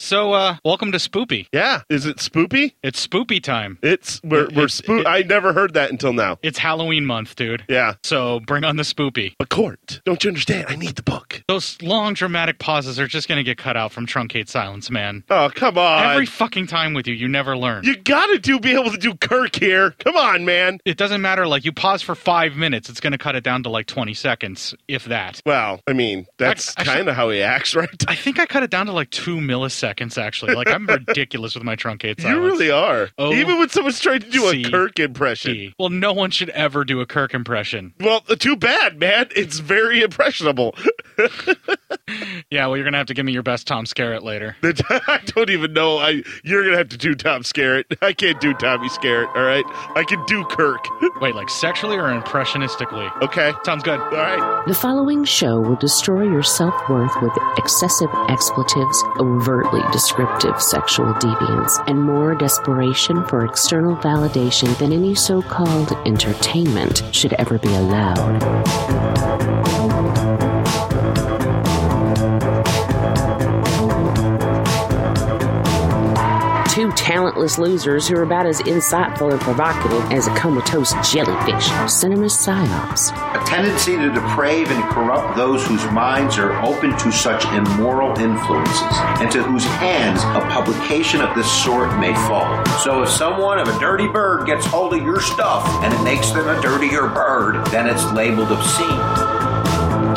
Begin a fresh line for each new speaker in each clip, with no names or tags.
So, uh, welcome to Spoopy.
Yeah, is it spoopy?
It's Spoopy time.
It's we're
It-
we're
it-
spook.
it-
I never heard that until now.
It's Halloween month, dude.
Yeah,
So bring on the Spoopy.
a court. Don't you understand? I need the book.
Those long dramatic pauses are just gonna get cut out from truncate silence, man.
Oh come on!
Every fucking time with you, you never learn.
you gotta do be able to do Kirk here. Come on, man.
it doesn't matter. Like you pause for five minutes, it's gonna cut it down to like twenty seconds, if that.
Well, I mean that's
Ac- actually-
kind of how he acts, right?
I think I cut it down to like two milliseconds. Actually, like I'm ridiculous with my truncate silence. Oh.
You really are.
O-
Even when someone's trying to do a
C-
Kirk impression.
Well, no one should ever do a Kirk impression.
Well, too bad, man. It's very impressionable.
Yeah, well, you're gonna have to give me your best Tom Skerritt later.
I don't even know. I you're gonna have to do Tom Skerritt. I can't do Tommy Skerritt. All right, I can do Kirk.
Wait, like sexually or impressionistically?
Okay.
Sounds good.
All right.
The following show will destroy your self worth with excessive expletives, overtly descriptive sexual deviance, and more desperation for external validation than any so called entertainment should ever be allowed. Two talentless losers who are about as insightful and provocative as a comatose jellyfish. Cinema Psyops.
A tendency to deprave and corrupt those whose minds are open to such immoral influences, and to whose hands a publication of this sort may fall. So, if someone of a dirty bird gets hold of your stuff and it makes them a dirtier bird, then it's labeled obscene.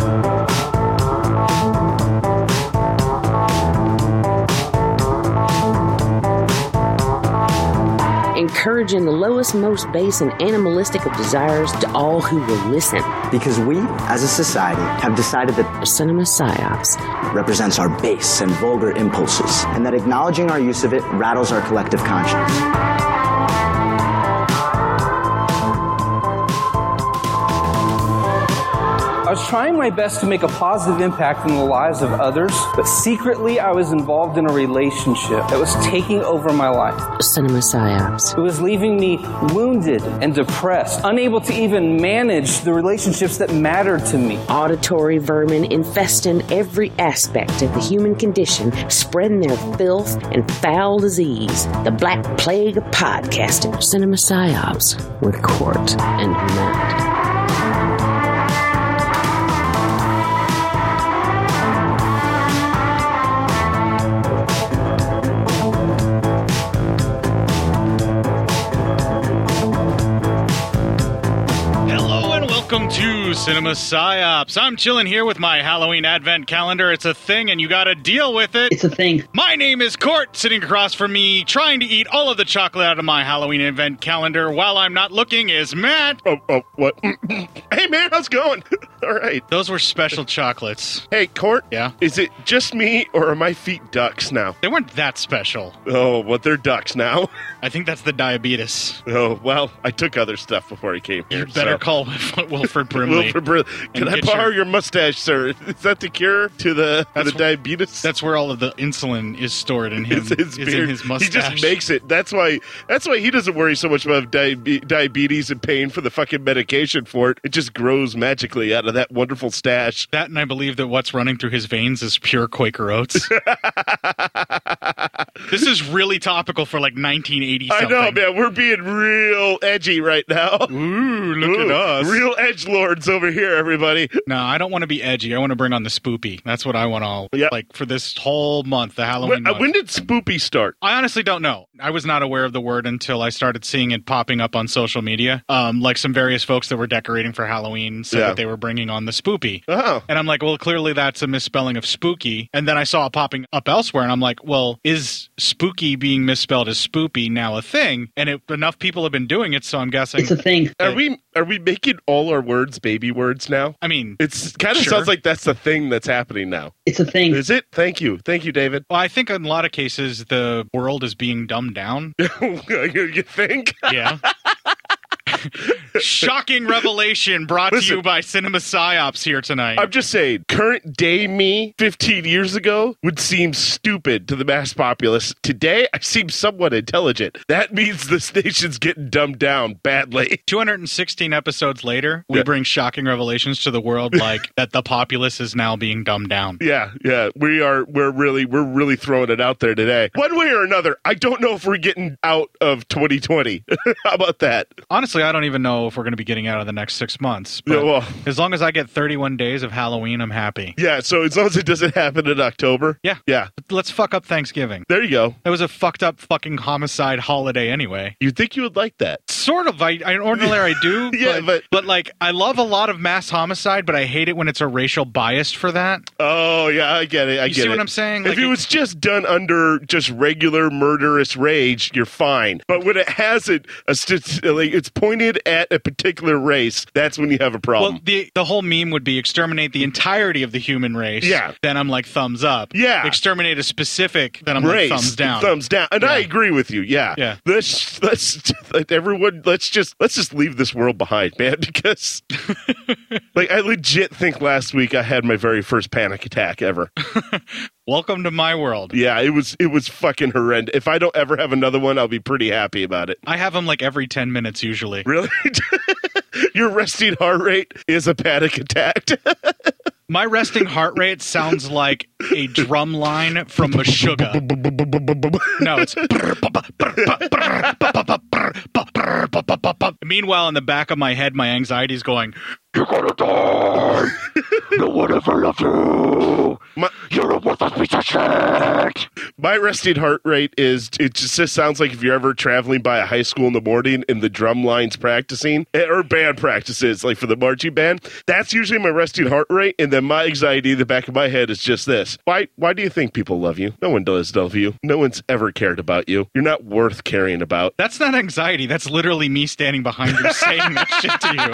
encouraging the lowest, most base, and animalistic of desires to all who will listen.
Because we, as a society, have decided that
Cinema Psyops.
represents our base and vulgar impulses, and that acknowledging our use of it rattles our collective conscience.
I was trying my best to make a positive impact in the lives of others, but secretly I was involved in a relationship that was taking over my life.
Cinema Psyops.
It was leaving me wounded and depressed, unable to even manage the relationships that mattered to me.
Auditory vermin infesting every aspect of the human condition, spreading their filth and foul disease. The Black Plague of Podcasting. Cinema Psyops with Court and Matt.
Hello and welcome to Cinema Psyops. I'm chilling here with my Halloween advent calendar. It's a thing and you gotta deal with it.
It's a thing.
my name is Court, sitting across from me, trying to eat all of the chocolate out of my Halloween advent calendar while I'm not looking, is Matt.
Oh, oh, what? hey, man, how's it going? All right.
Those were special chocolates.
Hey, Court.
Yeah?
Is it just me or are my feet ducks now?
They weren't that special.
Oh, what? They're ducks now.
I think that's the diabetes.
Oh, well, I took other stuff before I came here.
You better
so-
call Wilfred Brimley.
Wilfred Brimley. Can
And
I
get
borrow
your-
your mustache, sir? Is that the cure to the to the
That's-
diabetes?
That's where all of the insulin is stored in him.
It's his
is
beard.
in his
he
mustache.
just makes it. That's why. That's why he doesn't worry so much about diabe- diabetes and paying for the fucking medication for it. It just grows magically out of that wonderful stash.
that, and I believe that what's running through his veins is pure Quaker oats. this is really topical for like 1980
I
something.
know, man. We're being real edgy right now.
Ooh, look at
Ooh,
us.
Real edge lords over here, everybody.
no, I don't want to be edgy. I want to bring on the spoopy. That's what I want all
Yeah.
like for this whole month, the Halloween.
When, uh,
month.
when did Spoopy start?
I honestly don't know. I was not aware of the word until I started seeing it popping up on social media. Um, like some various folks that were decorating for Halloween said
Yeah.
that they were bringing on the spoopy.
Oh,
And I'm like, well, clearly that's a misspelling of spooky. And then I saw it popping up elsewhere, and I'm like, well, is spooky being misspelled as spoopy now a thing? And it, enough people have been doing it, so I'm guessing.
It's a thing.
are we are we making all our words baby words now?
I mean,
It's kind of
Sure.
sounds like that's the thing that's happening now.
It's a thing.
Is it? Thank you, thank you, David.
well, I think in a lot of cases the world is being dumbed down.
you think?
Yeah. Shocking revelation brought to
Listen.
you by Cinema Psyops here tonight.
I'm just saying, current day me 15 years ago would seem stupid to the mass populace. Today, I seem somewhat intelligent. That means this nation's getting dumbed down badly.
216 episodes later, we
Yeah.
bring shocking revelations to the world like that the populace is now being dumbed down.
Yeah, yeah, we are. We're really, we're really throwing it out there today, one way or another. I don't know if we're getting out of 2020. How about that?
Honestly, I don't even know if we're going to be getting out of the next six months. But
Yeah, well-
as long as I get 31 days of Halloween, I'm happy.
Yeah. So as long as it doesn't happen in October.
Yeah.
Yeah.
Let's fuck up Thanksgiving.
There you go.
That was a fucked up fucking homicide holiday anyway.
You'd think you would like that.
Sort of. I, I ordinarily I do.
Yeah,
but,
but-
like I love a lot of mass homicide, but I hate it when it's a racial bias for that.
Oh yeah, I get it. I
You
get
see
it.
what I'm saying?
If
Like,
it
it-
was just done under just regular murderous rage, you're fine. But when it has it, a st- like it's pointed at a particular race, that's when you have a problem.
Well, the the whole meme would be exterminate the entirety of the human race.
Yeah.
Then I'm like thumbs up.
Yeah.
Exterminate a specific. Then I'm
race,
like thumbs down.
thumbs down, and I agree with you. Yeah,
Yeah.
Let's let's let everyone let's just let's just leave this world behind, man. Because like I legit think last week I had my very first panic attack ever.
Welcome to my world.
yeah, it was it was fucking horrendous. If I don't ever have another one, I'll be pretty happy about it.
I have them like every ten minutes usually.
Really? Your resting heart rate is a panic attack.
My resting heart rate sounds like a drum line from Meshuggah. No, it's. Meanwhile, in the back of my head, my anxiety is going.
You're gonna die. no one ever loved you.
my,
You're a worthless piece of shit.
my resting heart rate is, it just, just sounds like if you're ever traveling by a high school in the morning and the drum line's practicing, eh, or band practices, like for the marching band, that's usually my resting heart rate. And then my anxiety in the back of my head is just this. Why, why do you think people love you? No one does love you. No one's ever cared about you. You're not worth caring about.
That's not anxiety. That's literally me standing behind you saying that shit to you.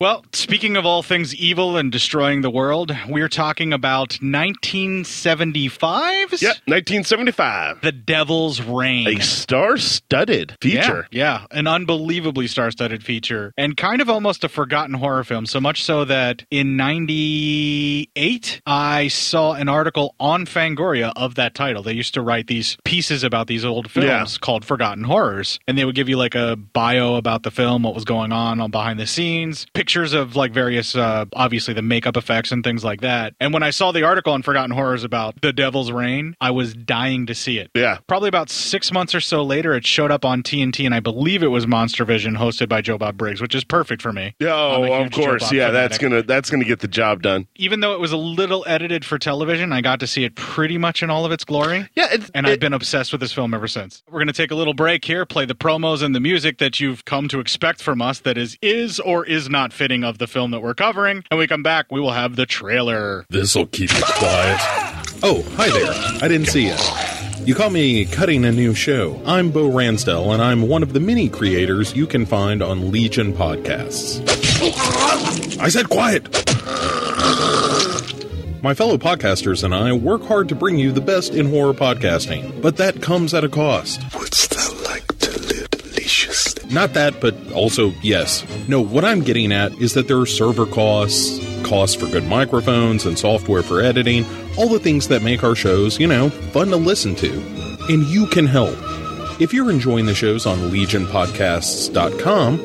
Well, speaking of all things evil and destroying the world, we're talking about 1975's
Yep, 1975.
The Devil's Reign.
A star studded feature.
Yeah, yeah, an unbelievably star-studded feature, and kind of almost a forgotten horror film. So much so that in '98, I saw an article on Fangoria of that title. They used to write these pieces about these old films
Yeah.
called Forgotten Horrors, and they would give you like a bio about the film, what was going on on behind the scenes, pictures of like various, uh, obviously the makeup effects and things like that. And when I saw the article on Forgotten Horrors about The Devil's Reign, I was dying to see it
Yeah.
probably about six months or so later, it showed up on TNT, and I believe it was Monster Vision, hosted by Joe Bob Briggs, which is perfect for me.
Yeah,
I'm a
oh,
huge
of
Joe
course.
Bob
Yeah, that's
fanatic.
gonna that's gonna get the job done.
Even though it was a little edited for television, I got to see it pretty much in all of its glory.
Yeah, it's,
And I've been obsessed with this film ever since. We're going to take a little break here, play the promos and the music that you've come to expect from us that is is or is not fitting of the film that we're covering. And we come back, we will have the trailer.
This'll keep you quiet. Oh, hi there. I didn't see you. You call me cutting a new show. I'm Bo Ransdell, and I'm one of the many creators you can find on Legion Podcasts. I said quiet! My fellow podcasters and I work hard to bring you the best in horror podcasting, but that comes at a cost.
Wouldst thou like to live deliciously?
Not that, but also, yes. No, what I'm getting at is that there are server costs, costs for good microphones and software for editing, all the things that make our shows, you know, fun to listen to. And you can help. If you're enjoying the shows on legionpodcasts.com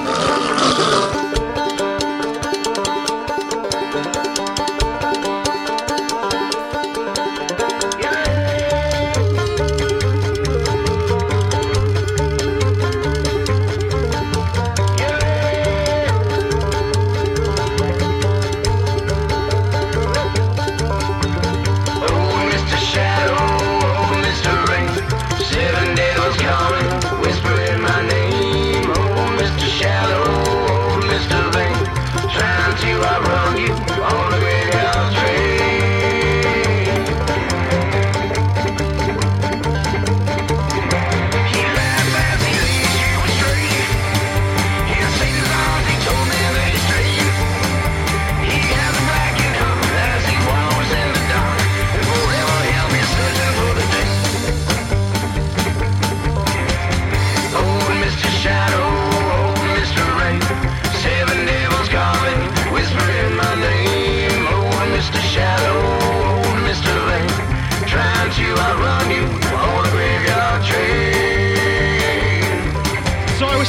Oh, Mr. Shadow, oh, Mr. Rain. Seven devils calling, whispering my name. Oh, Mr. Shadow.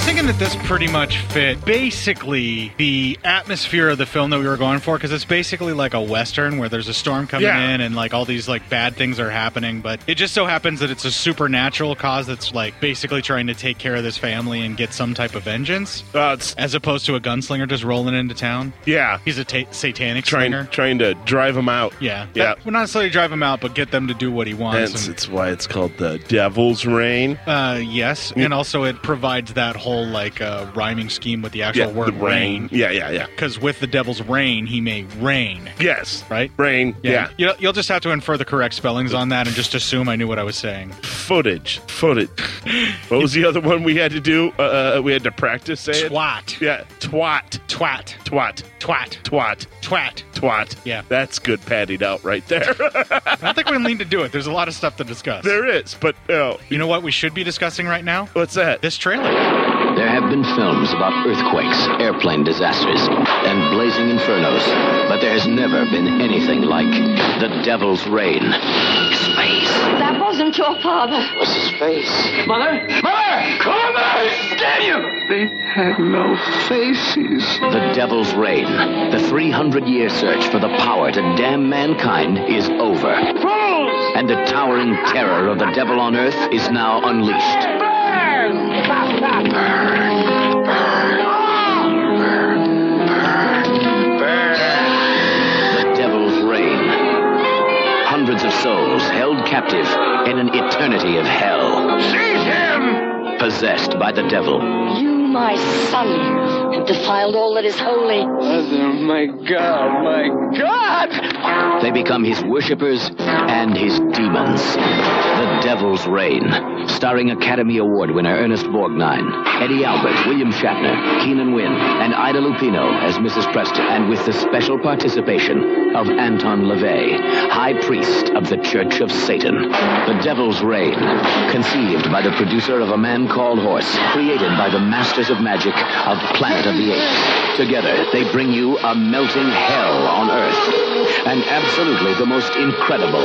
thinking that this pretty much fit basically the atmosphere of the film that we were going for because it's basically like a western where there's a storm coming
Yeah.
in and like all these like bad things are happening. But it just so happens that it's a supernatural cause that's like basically trying to take care of this family and get some type of vengeance,
Uh, it's,
as opposed to a gunslinger just rolling into town.
yeah,
He's a ta satanic
trying
slinger.
trying to drive him out.
Yeah,
yeah.
That- well, not necessarily drive him out, but get them to do what he wants.
Hence,
and-
it's why it's called the Devil's Rain.
Uh, yes, and also it provides that whole like uh, rhyming scheme with the actual
the
word rain.
Yeah, yeah, yeah.
Because with the devil's rain, he may rain.
Yes,
Right?
Rain. Yeah.
You'll, you'll just have to infer the correct spellings on that and just assume I knew what I was saying.
Footage. Footage. what was the other one we had to do? Uh, we had to practice saying.
Twat.
Yeah. Twat.
Twat.
Twat.
Twat.
Twat.
Twat.
Twat.
Yeah.
That's good padded out right there.
I don't think we need to do it. There's a lot of stuff to discuss.
there is, but oh,
You know what we should be discussing right now?
what's that?
This trailer.
There have been films about earthquakes, airplane disasters, and blazing infernos, but there has never been anything like the Devil's Rain. Space.
That wasn't your father.
What's his face? Mother? Mother! Come I damn you!
They had no faces.
The Devil's Reign. The 300 year search for the power to damn mankind is over.
Fools!
And the towering terror of the devil on earth is now unleashed. The Devil's Reign. Hundreds of souls held captive in an eternity of hell,
Seize him!
possessed by the devil.
You, my son, have defiled all that is holy.
Mother, my God, my God!
They become his worshippers and his demons. The Devil's Reign, starring Academy Award winner Ernest Borgnine, Eddie Albert, William Shatner, Keenan Wynn, and Ida Lupino as Mrs. Preston, and with the special participation of Anton LaVey, High Priest of the Church of Satan. The Devil's Reign, conceived by the producer of A Man Called Horse, created by the masters of magic of Planet of the Apes. Together, they bring you a melting hell on Earth, and absolutely the most incredible,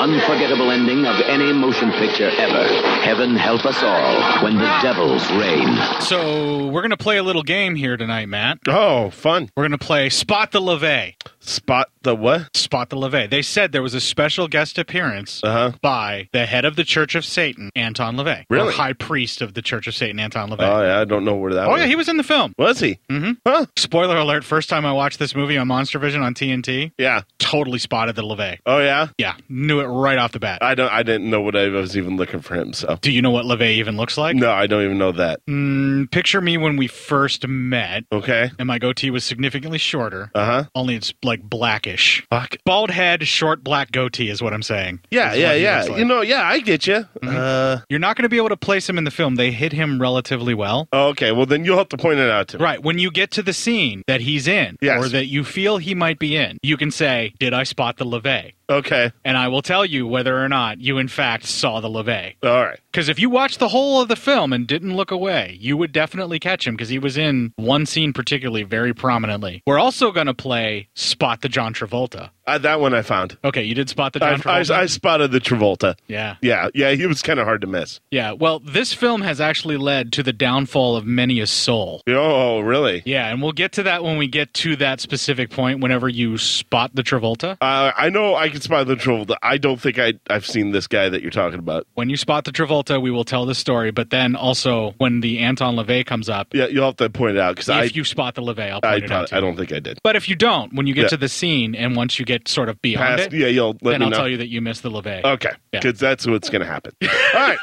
unforgettable ending of any motion picture ever. Heaven help us all when the Devil's Reign.
So we're going to play a little game here tonight, Matt.
Oh, fun.
We're going to play Spot the LeVay.
Spot the what?
Spot the LeVay. They said there was a special guest appearance
Uh-huh.
by the head of the Church of Satan, Anton LeVay.
Really?
Or high priest of the Church of Satan, Anton LeVay.
Oh, yeah, I don't know where that
Oh
was.
yeah, he was in the film.
was he? Mm-hmm. Huh?
Spoiler alert, first time I watched this movie on Monster Vision on TNT,
Yeah.
totally spotted the LeVay.
Oh yeah.
Yeah, knew it right off the bat.
I don't. I didn't know what I was even looking for him. So
Do you know what LeVay even looks like?
no, I don't even know that.
Mm, picture me when we first met,
Okay.
and my goatee was significantly shorter.
Uh huh.
Only it's like blackish.
Fuck.
Bald head, short black goatee is what I'm saying.
Yeah,
Is
yeah,
what he
yeah.
looks like.
You know, yeah, I get you. Uh,
Mm-hmm. You're not going to be able to place him in the film. They hit him relatively well.
oh, okay. Well, then you'll have to point it out to me.
Right. When you get to the scene that he's in
Yes.
or that you feel he might be in, you can say, Did I spot the LeVay?
Okay.
And I will tell you whether or not you, in fact, saw the LeVay.
All right.
Because if you watched the whole of the film and didn't look away, you would definitely catch him because he was in one scene particularly very prominently. We're also going to play Spot the John Travolta.
Uh, that one I found.
Okay, you did spot the
I,
John
I,
Travolta?
I spotted the Travolta.
yeah.
Yeah, yeah. He was kind of hard to miss.
Yeah. Well, this film has actually led to the downfall of many a soul.
Oh, really?
Yeah, and we'll get to that when we get to that specific point whenever you spot the Travolta.
Uh, I know I can spot the Travolta. I don't think I I've seen this guy that you're talking about.
When you spot the Travolta, we will tell the story, but then also when the Anton LaVey comes up,
Yeah, you'll have to point it out because I
if you spot the LaVey, I'll point
I,
it out to
I
you.
don't think I did.
But if you don't, when you get
Yeah.
to the scene and once you get sort of beyond
Past-
it,
yeah, you'll let
then
me
I'll
know.
tell you that you missed the LaVey.
Okay,
Yeah.
because that's what's going to happen. All right.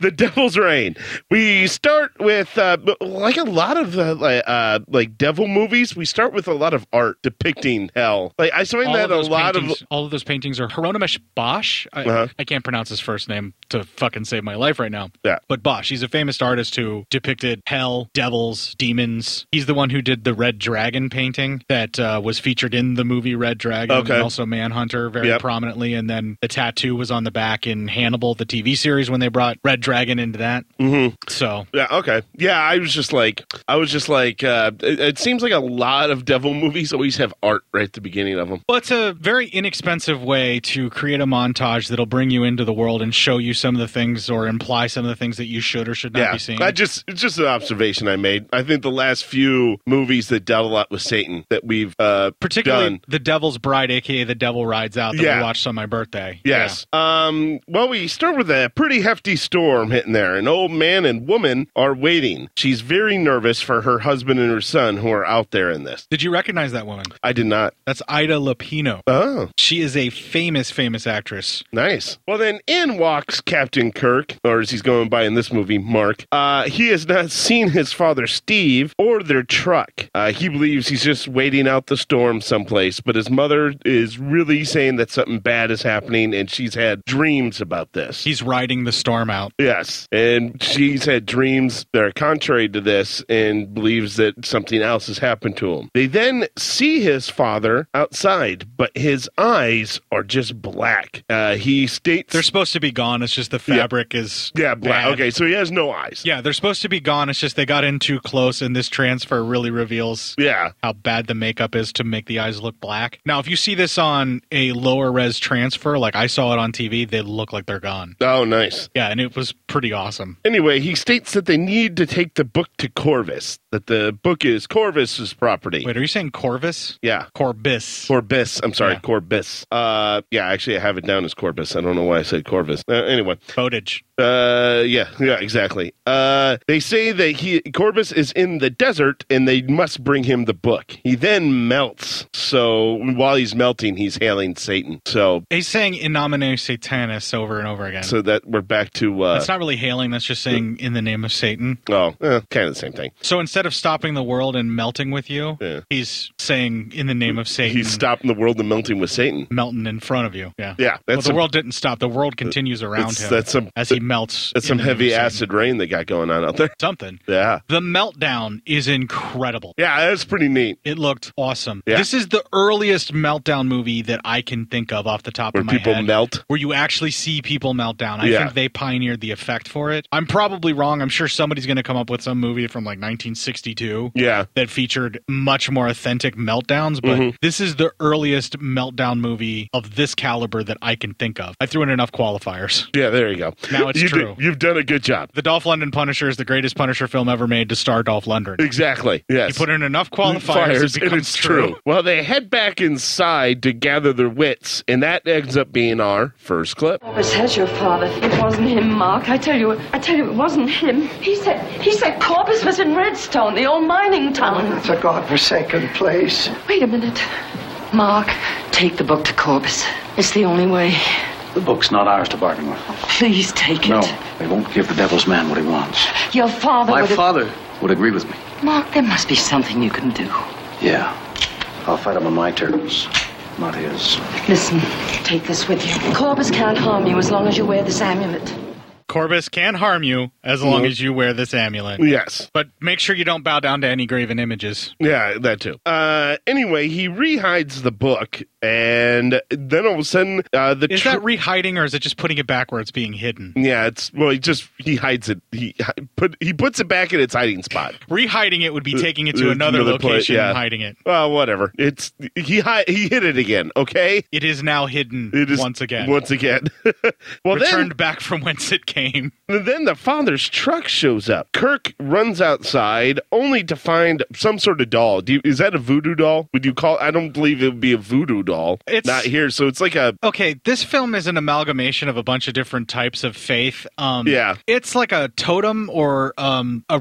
The Devil's Reign. We start with uh, b- like a lot of uh, like, uh, like devil movies. We start with a lot of art depicting hell. Like I find
All of,
that a
those
lot
paintings,
of
all of those paintings are Hieronymus Bosch. I,
Uh-huh.
I can't pronounce his first name to fucking save my life right now.
Yeah.
But Bosch, he's a famous artist who depicted hell, devils, demons. He's the one who did the Red Dragon painting that uh, was featured in the movie Red Dragon
Okay.
and also Manhunter very
Yep.
prominently. And then the tattoo was on the back in Hannibal, the TV series, when they brought Red Red Dragon into that.
Mm-hmm.
So
yeah, okay, yeah. I was just like, I was just like, uh, it, it seems like a lot of devil movies always have art right at the beginning of them.
Well, it's a very inexpensive way to create a montage that'll bring you into the world and show you some of the things or imply some of the things that you should or should not be seeing.
I just it's just an observation I made. I think the last few movies that dealt a lot with Satan that we've uh,
Particularly
done.
The Devil's Bride, aka The Devil Rides Out, that
Yeah.
we watched on my birthday.
Yes. Um, well, we start with a pretty hefty storm hitting there. An old man and woman are waiting. She's very nervous for her husband and her son who are out there in this.
Did you recognize that woman?
I did not.
That's Ida Lupino.
Oh.
She is a famous, famous actress.
Nice. Well, then in walks Captain Kirk, or as he's going by in this movie, Mark. Uh, he has not seen his father, Steve, or their truck. Uh, he believes he's just waiting out the storm someplace, but his mother is really saying that something bad is happening, and she's had dreams about this.
He's riding the storm out.
Yes. And she's had dreams that are contrary to this and believes that something else has happened to him. They then see his father outside, but his eyes are just black. Uh, he states
They're supposed to be gone. It's just the fabric is
Yeah, black.
bad.
Okay, so he has no eyes.
Yeah, they're supposed to be gone. It's just they got in too close, and this transfer really reveals
yeah
how bad the makeup is to make the eyes look black. Now, if you see this on a lower res transfer, like I saw it on TV, they look like they're gone.
Oh, nice.
Yeah, and it was pretty awesome.
Anyway, he states that they need to take the book to Corvus, that the book is Corvus's property.
Wait, are you saying Corvus?
Yeah.
Corbis.
Corbis. I'm sorry, Corbis. Uh, yeah, actually, I have it down as Corbis. I don't know why I said Corvus. Uh, anyway.
Bowditch.
Uh, yeah, yeah, exactly. Uh, they say that he Corvus is in the desert and they must bring him the book. He then melts. So while he's melting, he's hailing Satan. So,
He's saying in nomine Satanis over and over again.
so that we're back to, uh,
that's not really hailing, that's just saying in the name of Satan.
oh, eh, kind of the same thing.
So instead of stopping the world and melting with you, he's saying in the name of Satan.
He's stopping the world and melting with Satan.
melting in front of you. Yeah.
Yeah,
Well,
that's
the
a-
world didn't stop. The world continues around
That's-
him
that's some-
as he melts.
That's
in
some
the name of
heavy
Satan.
acid rain they got going on out there.
Something.
Yeah.
The meltdown is incredible.
Yeah, that's pretty neat.
It looked awesome.
Yeah.
This is the earliest meltdown movie that I can think of off the top
Where
of my
people
head.
melt?
Where you actually see people melt down. I
Yeah.
think they pioneered the effect for it. I'm probably wrong. I'm sure somebody's going to come up with some movie from like 1962
Yeah.
that featured much more authentic meltdowns, but
Mhm.
this is the earliest meltdown movie of this caliber that I can think of. I threw in enough qualifiers.
Yeah, there you go.
Now it's
You did-
true.
you've done a good job.
The Dolph Lundgren Punisher is the greatest Punisher film ever made to star Dolph Lundgren.
Exactly. Yes.
You put in enough qualifiers,
Fires,
it
and
becomes
it's true. Well, they head back inside to gather their wits, and that ends up being our first clip.
Corvus has your father. It wasn't him, Mark. I tell you, I tell you, it wasn't him. He said, he said Corvus was in Redstone, the old mining town.
It's a godforsaken place.
Wait a minute, Mark. Take the book to Corpus. It's the only way.
The book's not ours to bargain with.
Please take it.
No, they won't give the devil's man what he wants.
Your father.
My
would have-
father would agree with me.
Mark, there must be something you can do.
Yeah. I'll fight him on my terms, not his.
Listen, take this with you. Corpus can't harm you as long as you wear this amulet.
Corvus can harm you as long
Mhm.
as you wear this amulet.
Yes.
But make sure you don't bow down to any graven images.
Yeah, that too. Uh, anyway, he rehides the book, and then all of a sudden, uh, the
Is
tr-
that rehiding or is it just putting it back where it's being hidden?
yeah, it's well, he just he hides it. He hi- put he puts it back in its hiding spot.
Rehiding it would be
Uh,
taking it to
uh,
another,
pla-
location
yeah.
and hiding it.
Well, whatever. It's he hi- he hid it again. Okay,
It is now hidden
it is
once again.
Once again. well,
Returned
then
back from whence it came.
Then the father's truck shows up. Kirk runs outside only to find some sort of doll. Do you, is that a voodoo doll? Would you call? I don't believe it would be a voodoo doll.
It's-
not here, so it's like a
Okay, this film is an amalgamation of a bunch of different types of faith. Um,
Yeah.
it's like a totem or um, a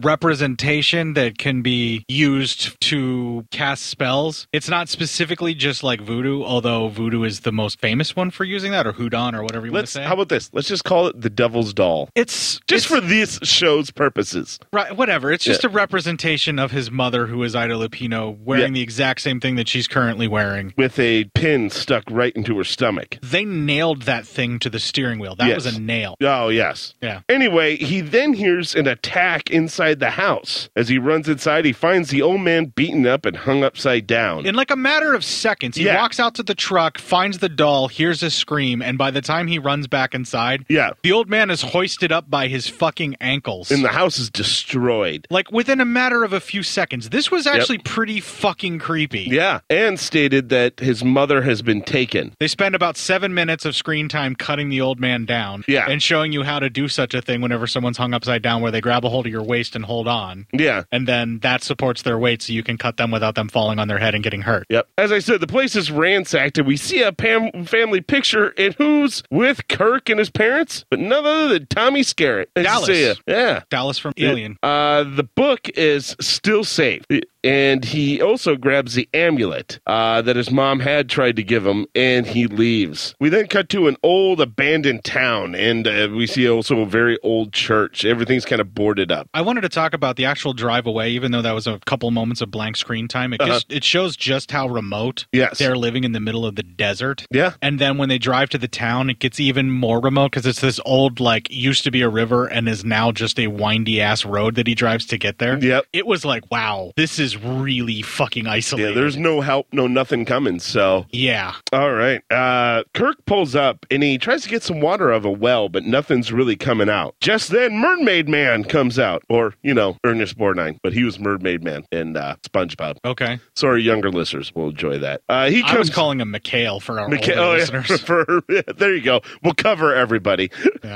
representation that can be used to cast spells. It's not specifically just like voodoo, although voodoo is the most famous one for using that, or houdon, or whatever you want to
let's.
say.
How about this? Let's just call it the devil's doll,
it's
just
it's-
for this show's purposes.
Right, whatever. It's just
Yeah.
a representation of his mother, who is Ida Lupino, wearing
Yeah.
the exact same thing that she's currently wearing.
With a pin stuck right into her stomach.
They nailed that thing to the steering wheel. That was
Yes.
a nail.
Oh yes.
Yeah.
Anyway, he then hears an attack inside the house. As he runs inside, he finds the old man beaten up and hung upside down.
In like a matter of seconds, he
Yeah.
walks out to the truck, finds the doll, hears a scream, and by the time he runs back inside,
yeah.
the old man is hoisted up by his fucking ankles.
And the house is destroyed.
Like within a matter of a few seconds. This was
Yep.
actually pretty fucking creepy.
Yeah. And stated that his mother has been taken.
They spend about seven minutes of screen time cutting the old man down yeah. and showing you how to do such a thing whenever someone's hung upside down, where they grab a hold of your waist and hold on.
Yeah.
And then that supports their weight so you can cut them without them falling on their head and getting hurt.
Yep. As I said, the place is ransacked, and we see a Pam family picture, and who's with Kirk and his parents, but none other than Tommy Skerritt. As you
Dallas.
say it. Yeah.
Dallas from
It-
Alien.
uh, the book is still safe. And he also grabs the amulet uh, that his mom had tried to give him, and he leaves. We then cut to an old abandoned town, and uh, we see also a very old church. Everything's kind of boarded up.
I wanted to talk about the actual drive away, even though that was a couple moments of blank screen time. It
Uh-huh.
just it shows just how remote
Yes.
they're living in the middle of the desert.
Yeah.
And then when they drive to the town, it gets even more remote because it's this old, like, used to be a river and is now just a windy ass road that he drives to get there.
Yep.
It was like, wow, this is really fucking isolated.
Yeah, there's no help, no nothing coming. So
Yeah.
All right. Uh, Kirk pulls up and he tries to get some water out of a well, but nothing's really coming out. Just then, Mermaid Man comes out, or you know, Ernest Borgnine, but he was Mermaid Man in uh, SpongeBob.
Okay.
Sorry, younger listeners will enjoy that. Uh, he comes.
Oh. I was calling him McHale for our
Mica-
older
oh, yeah,
listeners.
for- yeah, there you go. We'll cover everybody.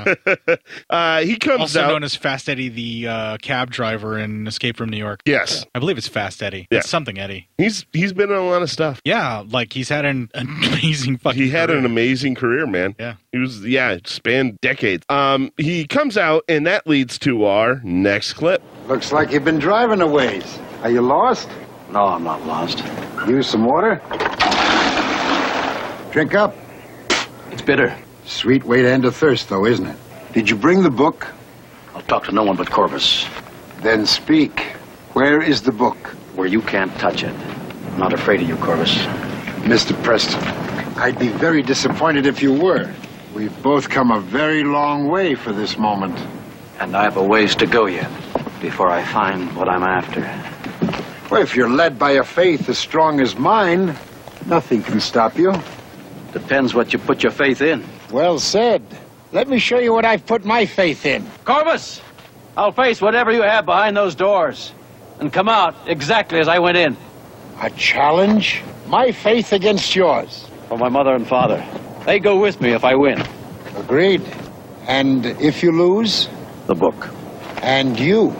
uh, he comes
also
out.
known as Fast Eddie, the uh, cab driver in Escape from New York.
Yes.
I believe it's Fast Eddie.
Yeah.
It's something Eddie.
He's he's been in a lot of stuff.
Yeah, like he's had an amazing fucking.
He had an amazing career, man. Yeah, he was. Yeah, it spanned decades. Um, he comes out, and that leads to our next clip.
Looks like you've been driving a ways. Are you lost? No, I'm not lost. Use some water. Drink up. It's bitter. Sweet way to end a thirst, though, isn't it? Did you bring the book? I'll talk to no one but Corvus. Then speak. Where is the book? Where you can't touch it. I'm not afraid of you, Corvus. Mr. Preston, I'd be very disappointed if you were. We've both come a very long way for this moment.
And I have a ways to go yet before I find what I'm after.
Well, if you're led by a faith as strong as mine, nothing can stop you.
Depends what you put your faith in.
Well said. Let me show you what I've put my faith in.
Corvus, I'll face whatever you have behind those doors and come out exactly as I went in.
A challenge? My faith against yours.
For my mother and father. They go with me if I win.
Agreed. And if you lose?
The book.
And you?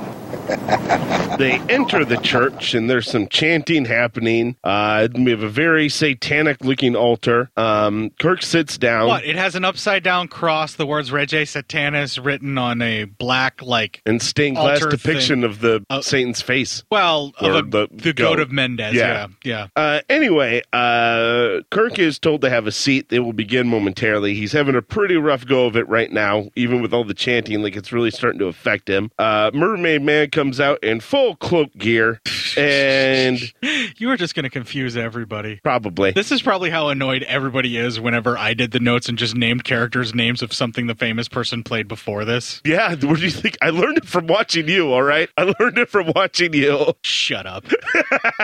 they enter the church and there's some chanting happening. Uh, we have a very satanic looking altar. Um, Kirk sits down.
What? It has an upside down cross. The words "Rege Satanas" written on a black like
And stained glass
altar
depiction
thing. Uh,
of the Satan's face.
well of
Or
a, the, goat of Mendez. Yeah, yeah.
Uh, anyway, uh, Kirk is told to have a seat. They will begin momentarily. He's having a pretty rough go of it right now, even with all the chanting. Like it's really starting to affect him. Uh, Mermaid Man comes out in full cloak gear, and
You are just going to confuse everybody.
Probably.
This is probably how annoyed everybody is whenever I did the notes and just named characters names of something the famous person played before this.
Yeah, where do you think I learned it from watching you? All right, I learned it from watching you.
Shut up.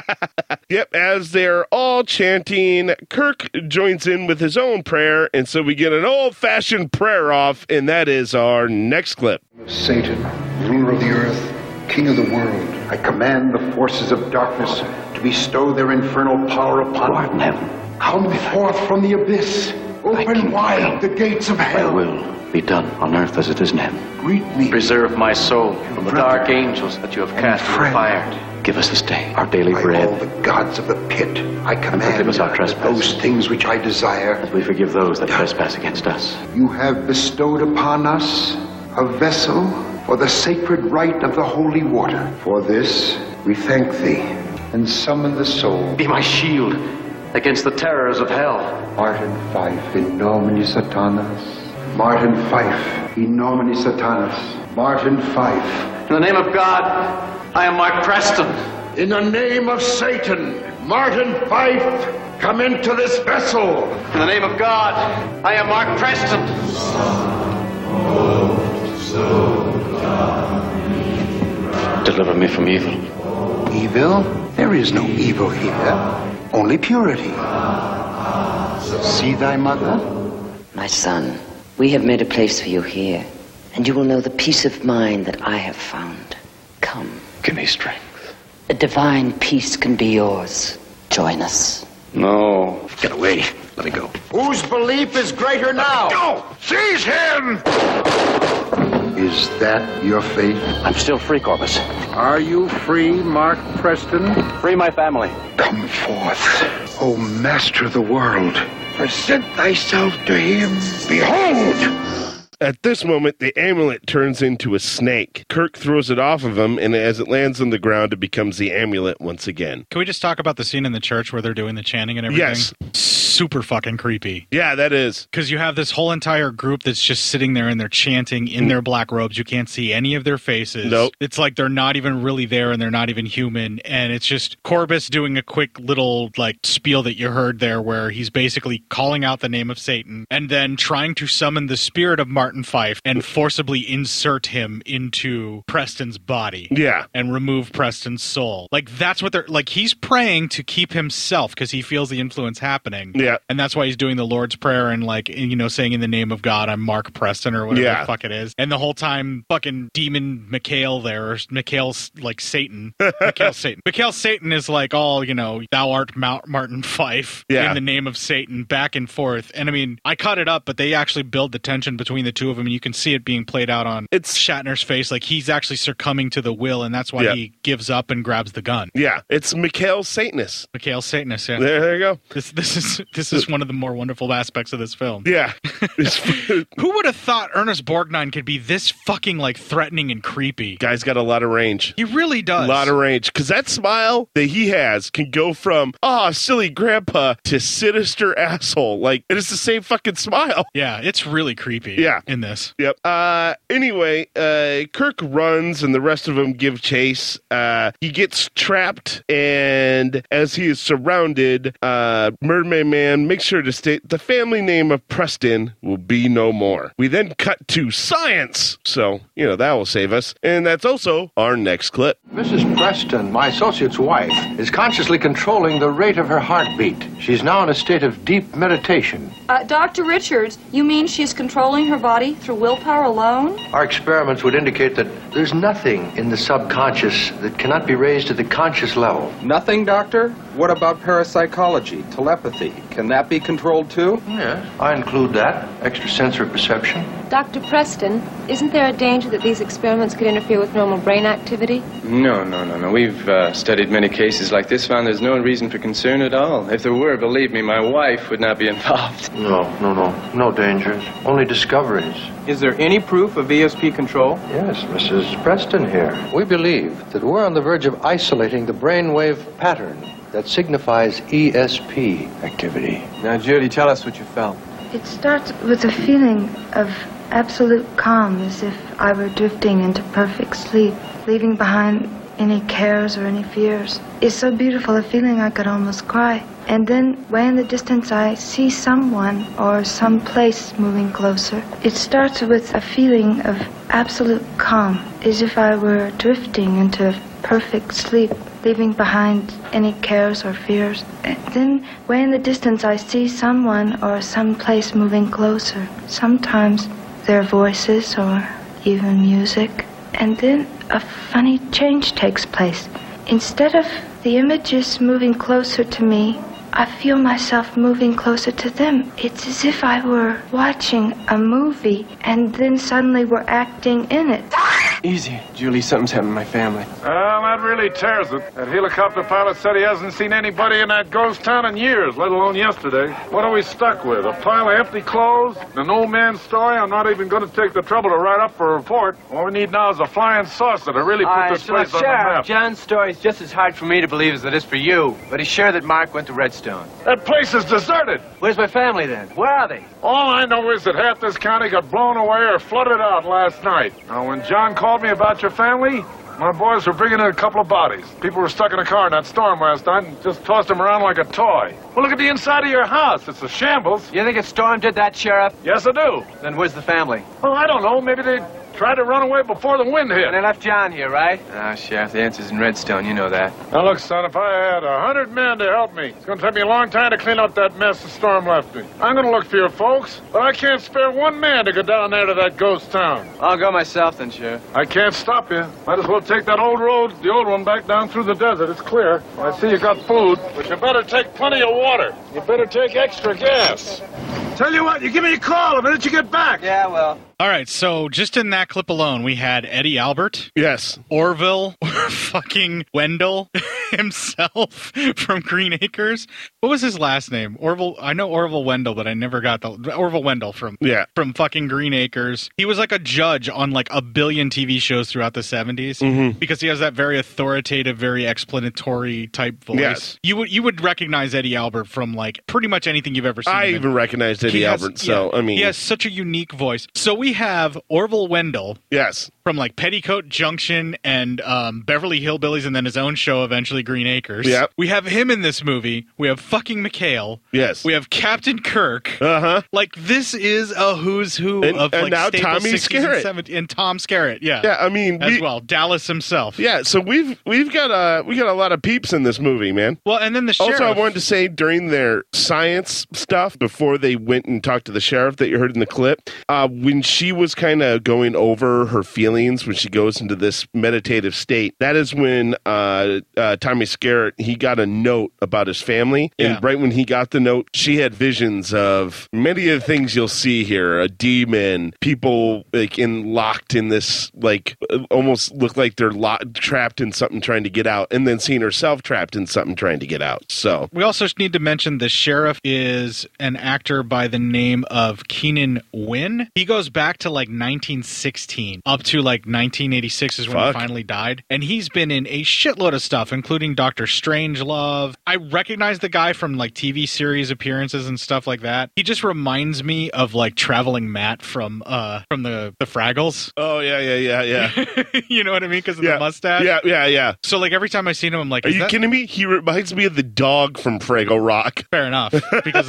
yep. As they're all chanting, Kirk joins in with his own prayer, and so we get an old-fashioned prayer off, and that is our next clip.
Satan, ruler of the earth, king of the world.
I command the forces of darkness to bestow their infernal power upon
Lord in heaven, come forth from the abyss. Open wide the gates of
Thy
hell.
will be done on earth as it is in heaven.
Greet me.
Preserve my soul from the dark angels that you have cast and fired. Give us this day our daily bread.
All the gods of the pit, I
And forgive
command
us our trespasses.
those things which I desire.
As we forgive those that trespass against us.
You have bestowed upon us a vessel for the sacred rite of the holy water. For this we thank thee and summon the soul.
Be my shield against the terrors of hell.
Martin Fife in nomine satanas. Martin Fife in nomine satanas. Martin Fife.
In the name of God, I am Mark Preston.
In the name of Satan, Martin Fife, come into this vessel.
In the name of God, I am Mark Preston. Deliver me from evil.
Evil? There is no evil here, only purity. See thy mother?
My son, we have made a place for you here, and you will know the peace of mind that I have found. Come.
Give me strength.
A divine peace can be yours. Join us.
No. Get away. Let me go.
Whose belief is greater now? Go! Seize him! Is that your fate? I'm still free, Corpus. Are you free, Mark Preston? Free my family. Come forth, O master of the world. Present thyself to him. Behold!
At this moment, the amulet turns into a snake. Kirk throws it off of him, and as it lands on the ground, it becomes the amulet once again.
Can we just talk about the scene in the church where they're doing the chanting and everything?
Yes.
Super fucking creepy.
Yeah, that is.
Because you have this whole entire group that's just sitting there and they're chanting in their black robes. You can't see any of their faces.
Nope.
It's like they're not even really there and they're not even human. And it's just Corbus doing a quick little like spiel that you heard there where he's basically calling out the name of Satan and then trying to summon the spirit of Martin Fife and forcibly insert him into Preston's body.
Yeah.
And remove Preston's soul. Like that's what they're like he's praying to keep himself because he feels the influence happening.
Yeah.
And that's why he's doing the Lord's Prayer and like you know, saying in the name of God I'm Mark Preston or whatever
Yeah.
the fuck it is. And the whole time fucking demon Mikhail there or Mikhail's like Satan. Mikhail Satan. Mikhail Satan is like all, you know, thou art Mou- Martin Fife
Yeah.
in the name of Satan back and forth. And I mean, I cut it up, but they actually build the tension between the two of them and you can see it being played out on it's Shatner's face. Like he's actually succumbing to the will and that's why
Yeah.
he gives up and grabs the gun.
Yeah, it's Mikhail Satanus.
Mikhail Satanus, yeah.
There, there you go.
This this is this is one of the more wonderful aspects of this film.
Yeah.
Who would have thought Ernest Borgnine could be this fucking like threatening and creepy?
Guy's got a lot of range.
He really does.
A lot of range. Because that smile that he has can go from, ah, silly grandpa to sinister asshole. Like, it is the same fucking smile.
Yeah, it's really creepy.
Yeah.
in this.
Yep. Uh, anyway, uh, Kirk runs and the rest of them give chase. Uh, he gets trapped, and as he is surrounded, uh, Mermaid Man makes sure to state the family name of Preston will be no more. We then cut to science. So, you know, that will save us. And that's also our next clip.
Mrs. Preston, my associate's wife, is consciously controlling the rate of her heartbeat. She's now in a state of deep meditation.
Uh, Dr. Richards, you mean she's controlling her body through willpower alone?
Our experiments would indicate that there's nothing in the subconscious that cannot be raised to the conscious level.
Nothing, Doctor? What about parapsychology, telepathy? Can that be controlled too?
Yeah. I include that extrasensory perception.
Dr. Preston, isn't there a danger that these experiments could interfere with normal brain activity?
No, no, no, no. We've uh, studied many cases like this, found there's no reason for concern at all. If there were, believe me, my wife would not be involved.
No, no, no. No dangers. Only discoveries.
Is there any proof of ESP control?
Yes, Mrs. Preston here. We believe that we're on the verge of isolating the brainwave pattern that signifies ESP activity.
Now, Judy, tell us what you felt.
It starts with a feeling of absolute calm, as if I were drifting into perfect sleep, leaving behind any cares or any fears. It's so beautiful a feeling I could almost cry. And then, way in the distance, I see someone or some place moving closer. It starts with a feeling of absolute calm, as if I were drifting into perfect sleep, leaving behind any cares or fears. And then, way in the distance, I see someone or some place moving closer. Sometimes their voices or even music. And then a funny change takes place. Instead of the images moving closer to me, I feel myself moving closer to them. It's as if I were watching a movie and then suddenly were acting in it.
Easy. Julie, something's happened to my family.
Well, Uh, that really tears it. That helicopter pilot said he hasn't seen anybody in that ghost town in years, let alone yesterday. What are we stuck with? A pile of empty clothes? An old man's story? I'm not even going to take the trouble to write up for a report. All we need now is a flying saucer to really put
All right,
this
so
place
now,
on the
Sheriff,
map.
John's story's just as hard for me to believe as it is for you, but he's sure that Mark went to Redstone.
That place is deserted.
Where's my family then? Where are they?
All I know is that half this county got blown away or flooded out last night. Now, when John called me about your family, my boys were bringing in a couple of bodies. People were stuck in a car in that storm last night and just tossed them around like a toy. Well, look at the inside of your house. It's a shambles.
You think a storm did that, Sheriff?
Yes, I do.
Then where's the family?
Well, I don't know. Maybe they Tried to run away before the wind hit.
And they left John here, right?
Ah, Sheriff, the answer's in Redstone. You know that.
Now look, son, if I had a hundred men to help me, it's gonna take me a long time to clean up that mess the storm left me. I'm gonna look for your folks, but I can't spare one man to go down there to that ghost town.
I'll go myself then, Sheriff.
I can't stop you. Might as well take that old road, the old one, back down through the desert. It's clear. I see you got food, but you better take plenty of water. You better take extra gas. Tell you what, you give me a call the minute you get back.
Yeah, well.
All right, so just in that clip alone, we had Eddie Albert.
Yes.
Orville or fucking Wendell himself from Green Acres. What was his last name? Orville. I know Orville Wendell, but I never got the Orville Wendell from
Yeah.
from fucking Green Acres. He was like a judge on like a billion TV shows throughout the 70s
Mhm.
because he has that very authoritative, very explanatory type voice.
Yes.
You would you would recognize Eddie Albert from like pretty much anything you've ever seen.
I
him in.
even recognized Eddie
He has-
Albert, so
yeah,
I mean,
he has such a unique voice. So we have Orville Wendell,
yes,
from like Petticoat Junction and um, Beverly Hillbillies, and then his own show eventually, Green Acres.
Yep.
we have him in this movie. We have fucking McHale.
Yes,
we have Captain Kirk.
Uh huh.
Like this is a who's who
And-
of
and
like
now
staple
Tommy
60s and
Skerritt.
70s and Tom Skerritt. Yeah,
Yeah, I mean,
as
we-
well, Dallas himself.
Yeah, so we've we've got a we got a lot of peeps in this movie, man.
Well, and then the sheriff.
Also, I wanted to say during their science stuff before they went and talked to the sheriff that you heard in the clip, uh, when she was kind of going over her feelings when she goes into this meditative state, that is when uh, uh, Tommy Skerritt he got a note about his family,
Yeah.
and right when he got the note, she had visions of many of the things you'll see here: a demon, people like in locked in this like uh, almost look like they're locked, trapped in something trying to get out, and then seeing herself trapped in something trying to get out. So
We also need to mention the sheriff is an actor by the name of Keenan Wynn. He goes back to like 1916, up to like 1986 is when
Fuck.
he finally died. And he's been in a shitload of stuff, including Doctor Strangelove. I recognize the guy from like TV series appearances and stuff like that. He just reminds me of like Traveling Matt from uh from the the Fraggles.
Oh yeah, yeah, yeah, yeah.
you know what I mean? Because of the mustache.
yeah, yeah, yeah.
So like every time I've seen him, I'm like,
Are
is
you
that-
kidding me? He reminds me of the dog from Fraggle Rock.
Fair enough, because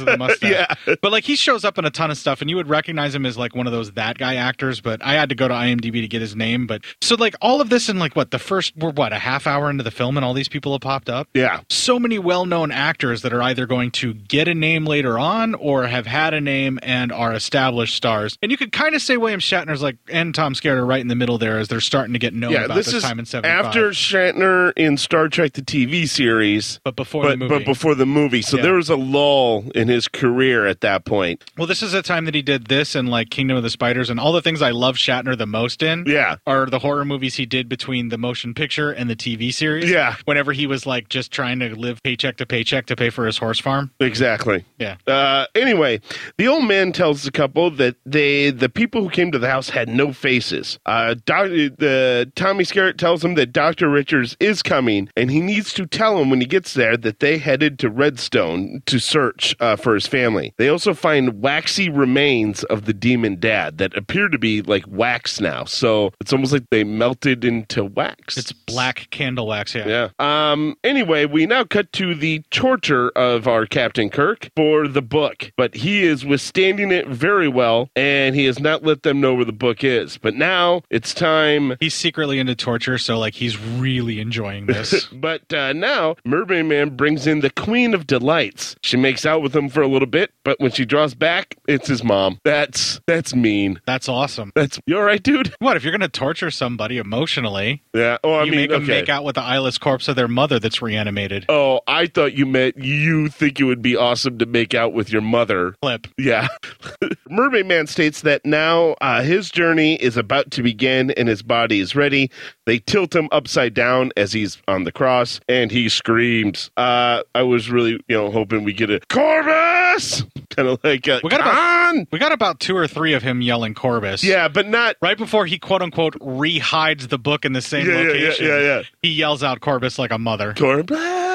of the mustache. But like he shows up in a ton of stuff, and you would recognize him as like one of those that guy actors. But I had to go to IMDb to get his name. But so like all of this in like what the first we're what a half hour into the film, and all these people have popped up.
Yeah.
So many well-known actors that are either going to get a name later on or have had a name and are established stars. And you could kind of say William Shatner's like and Tom Skerritt are right in the middle there as they're starting to get known
yeah,
about
this
this,
is
time in 75.
after Shatner in Star Trek the TV series,
but before
but,
the movie.
before the movie, so
Yeah.
there was a lull in his career at that point.
Well, this is a time that he did this and like Kingdom of the Spiders and all the things I love Shatner the most in.
Yeah.
Are the horror movies he did between the motion picture and the TV series.
Yeah.
Whenever he was like just trying to live paycheck to paycheck to pay for his horse farm.
Exactly.
Yeah.
Uh, anyway, the old man tells the couple that they the people who came to the house had no faces. Uh, doc, the Tommy Skerritt tells them that Doctor Richards is coming, and he needs to tell him when he gets there that they headed to Redstone to search uh, for his family. They also find waxy remains of the demon dad that appear to be like wax now, so it's almost like they melted into wax. It's
black candle wax. Yeah.
yeah. Um. Anyway, we now cut to the torture of our Captain Kirk for the book, but he is withstanding it very well, and he has not let them know where the book is. But now it's time.
He's secretly into torture, so like he's really enjoying this.
but uh, now Mermaid Man brings in the Queen of Delights. She makes out with him for a little bit, but when she draws back, it's his mom. That's that's mean.
That's awesome.
That's you all right, dude.
What if you're gonna torture somebody emotionally?
Yeah. Oh, I
you
mean,
make them
okay.
make out with the eyeless corpse of their mother that's reanimated.
Oh, I thought you meant you think it would be awesome to make out with your mother.
Flip.
Yeah. Mermaid Man states that now uh, his journey is about to begin and his body is ready. They tilt him upside down as he's on the cross and he screams. Uh, I was really, you know, hoping we get a Corvus! Kind of like, uh, a,
We got about we got about two or three of him yelling Corbus.
Yeah, but not
right before he quote unquote rehides the book in the same
Yeah, yeah, yeah,
location.
yeah, yeah.
He yells out Corbus like a mother.
Corbus. yes.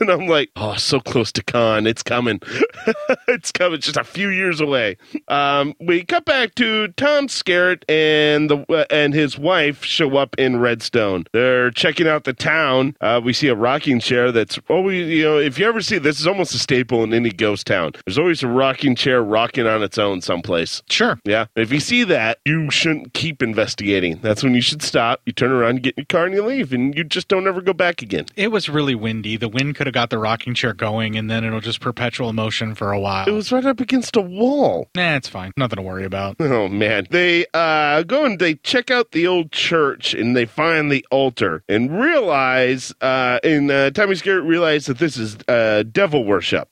And I'm like, oh, so close to con. It's coming. it's coming. Just a few years away. Um, we cut back to Tom Skerritt and the uh, and his wife show up in Redstone. They're checking out the town. Uh, we see a rocking chair that's always, you know, if you ever see this is almost a staple in any ghost town. There's always a rocking chair rocking on its own someplace.
Sure.
Yeah. If you see that, you shouldn't keep investigating. That's when you should stop. You turn around, get in your car, and you leave, and you just don't ever go back again.
It was really windy. The wind could have got the rocking chair going, and then it'll just perpetual motion for a while.
It was right up against a wall.
Nah, it's fine. Nothing to worry about.
Oh man. They uh go and they check out the old church and they find the altar and realize uh and uh Tommy Skerritt realized that this is uh devil worship.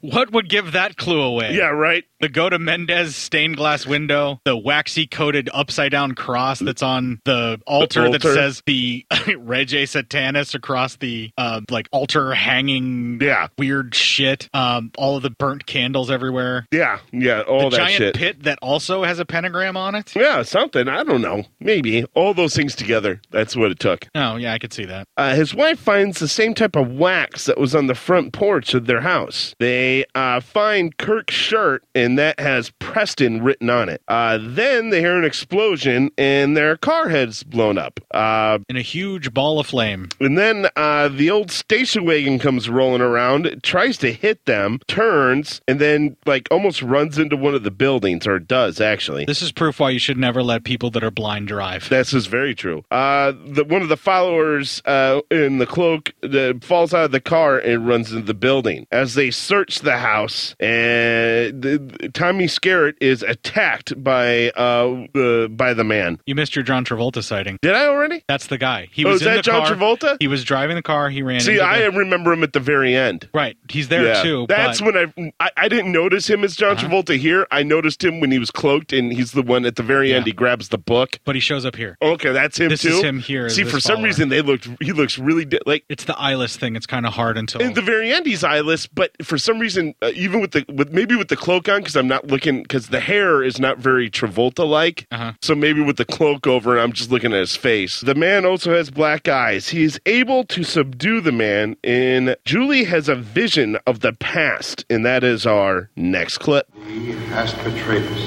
What would give that clue away?
Yeah, right.
The go to Mendez stained glass window, the waxy coated upside down cross that's on the altar, that
altar.
says the Rege Satanis across the uh, like altar hanging
yeah.
weird shit. Um, all of the burnt candles everywhere.
yeah, yeah, all
the
that
giant
shit.
pit that also has a pentagram on it.
Yeah, something. I don't know. Maybe. All those things together. That's what it took.
Oh yeah, I could see that.
Uh, his wife finds the same type of wax that was on the front porch of their house. They uh, find Kirk's shirt, and that has Preston written on it. Uh, then they hear an explosion, and their car head's blown up. Uh,
In a huge ball of flame.
and then uh, the old station wagon comes rolling around, it tries to hit them, turns, and then like almost runs into one of the buildings, or does actually.
This is proof why you should never let people that are blind drive.
This is very true. Uh, the, one of the followers uh, in the cloak uh, falls out of the car and runs into the building. As they search the house, and the, Tommy Skerritt is attacked by uh, uh, by the man.
You missed your John Travolta sighting.
Did I already?
That's the guy. He
Oh,
was
is
in
that
the
John
car.
Travolta?
He was driving the car. He ran.
See,
into the-
I remember him at the very end.
right. He's there
Yeah.
too.
That's
but- Uh-huh.
when I, I I didn't notice him as John Travolta here. I noticed him when he was cloaked, and he's the one at the very end. He grabs the book.
But he shows up here.
Okay, that's him
This
too.
is him here,
See,
this
for some
follower.
reason they looked. He looks really di- like
It's the eyeless thing. It's kind of hard until
In the very end, he's eyeless, but for some reason, uh, even with the with maybe with the cloak on, because I'm not looking, because the hair is not very Travolta like.
Uh-huh.
So maybe with the cloak over, I'm just looking at his face. The man also has black eyes. He is able to subdue the man, and Julie has a vision of the past, and that is our next clip.
He has betrayed us.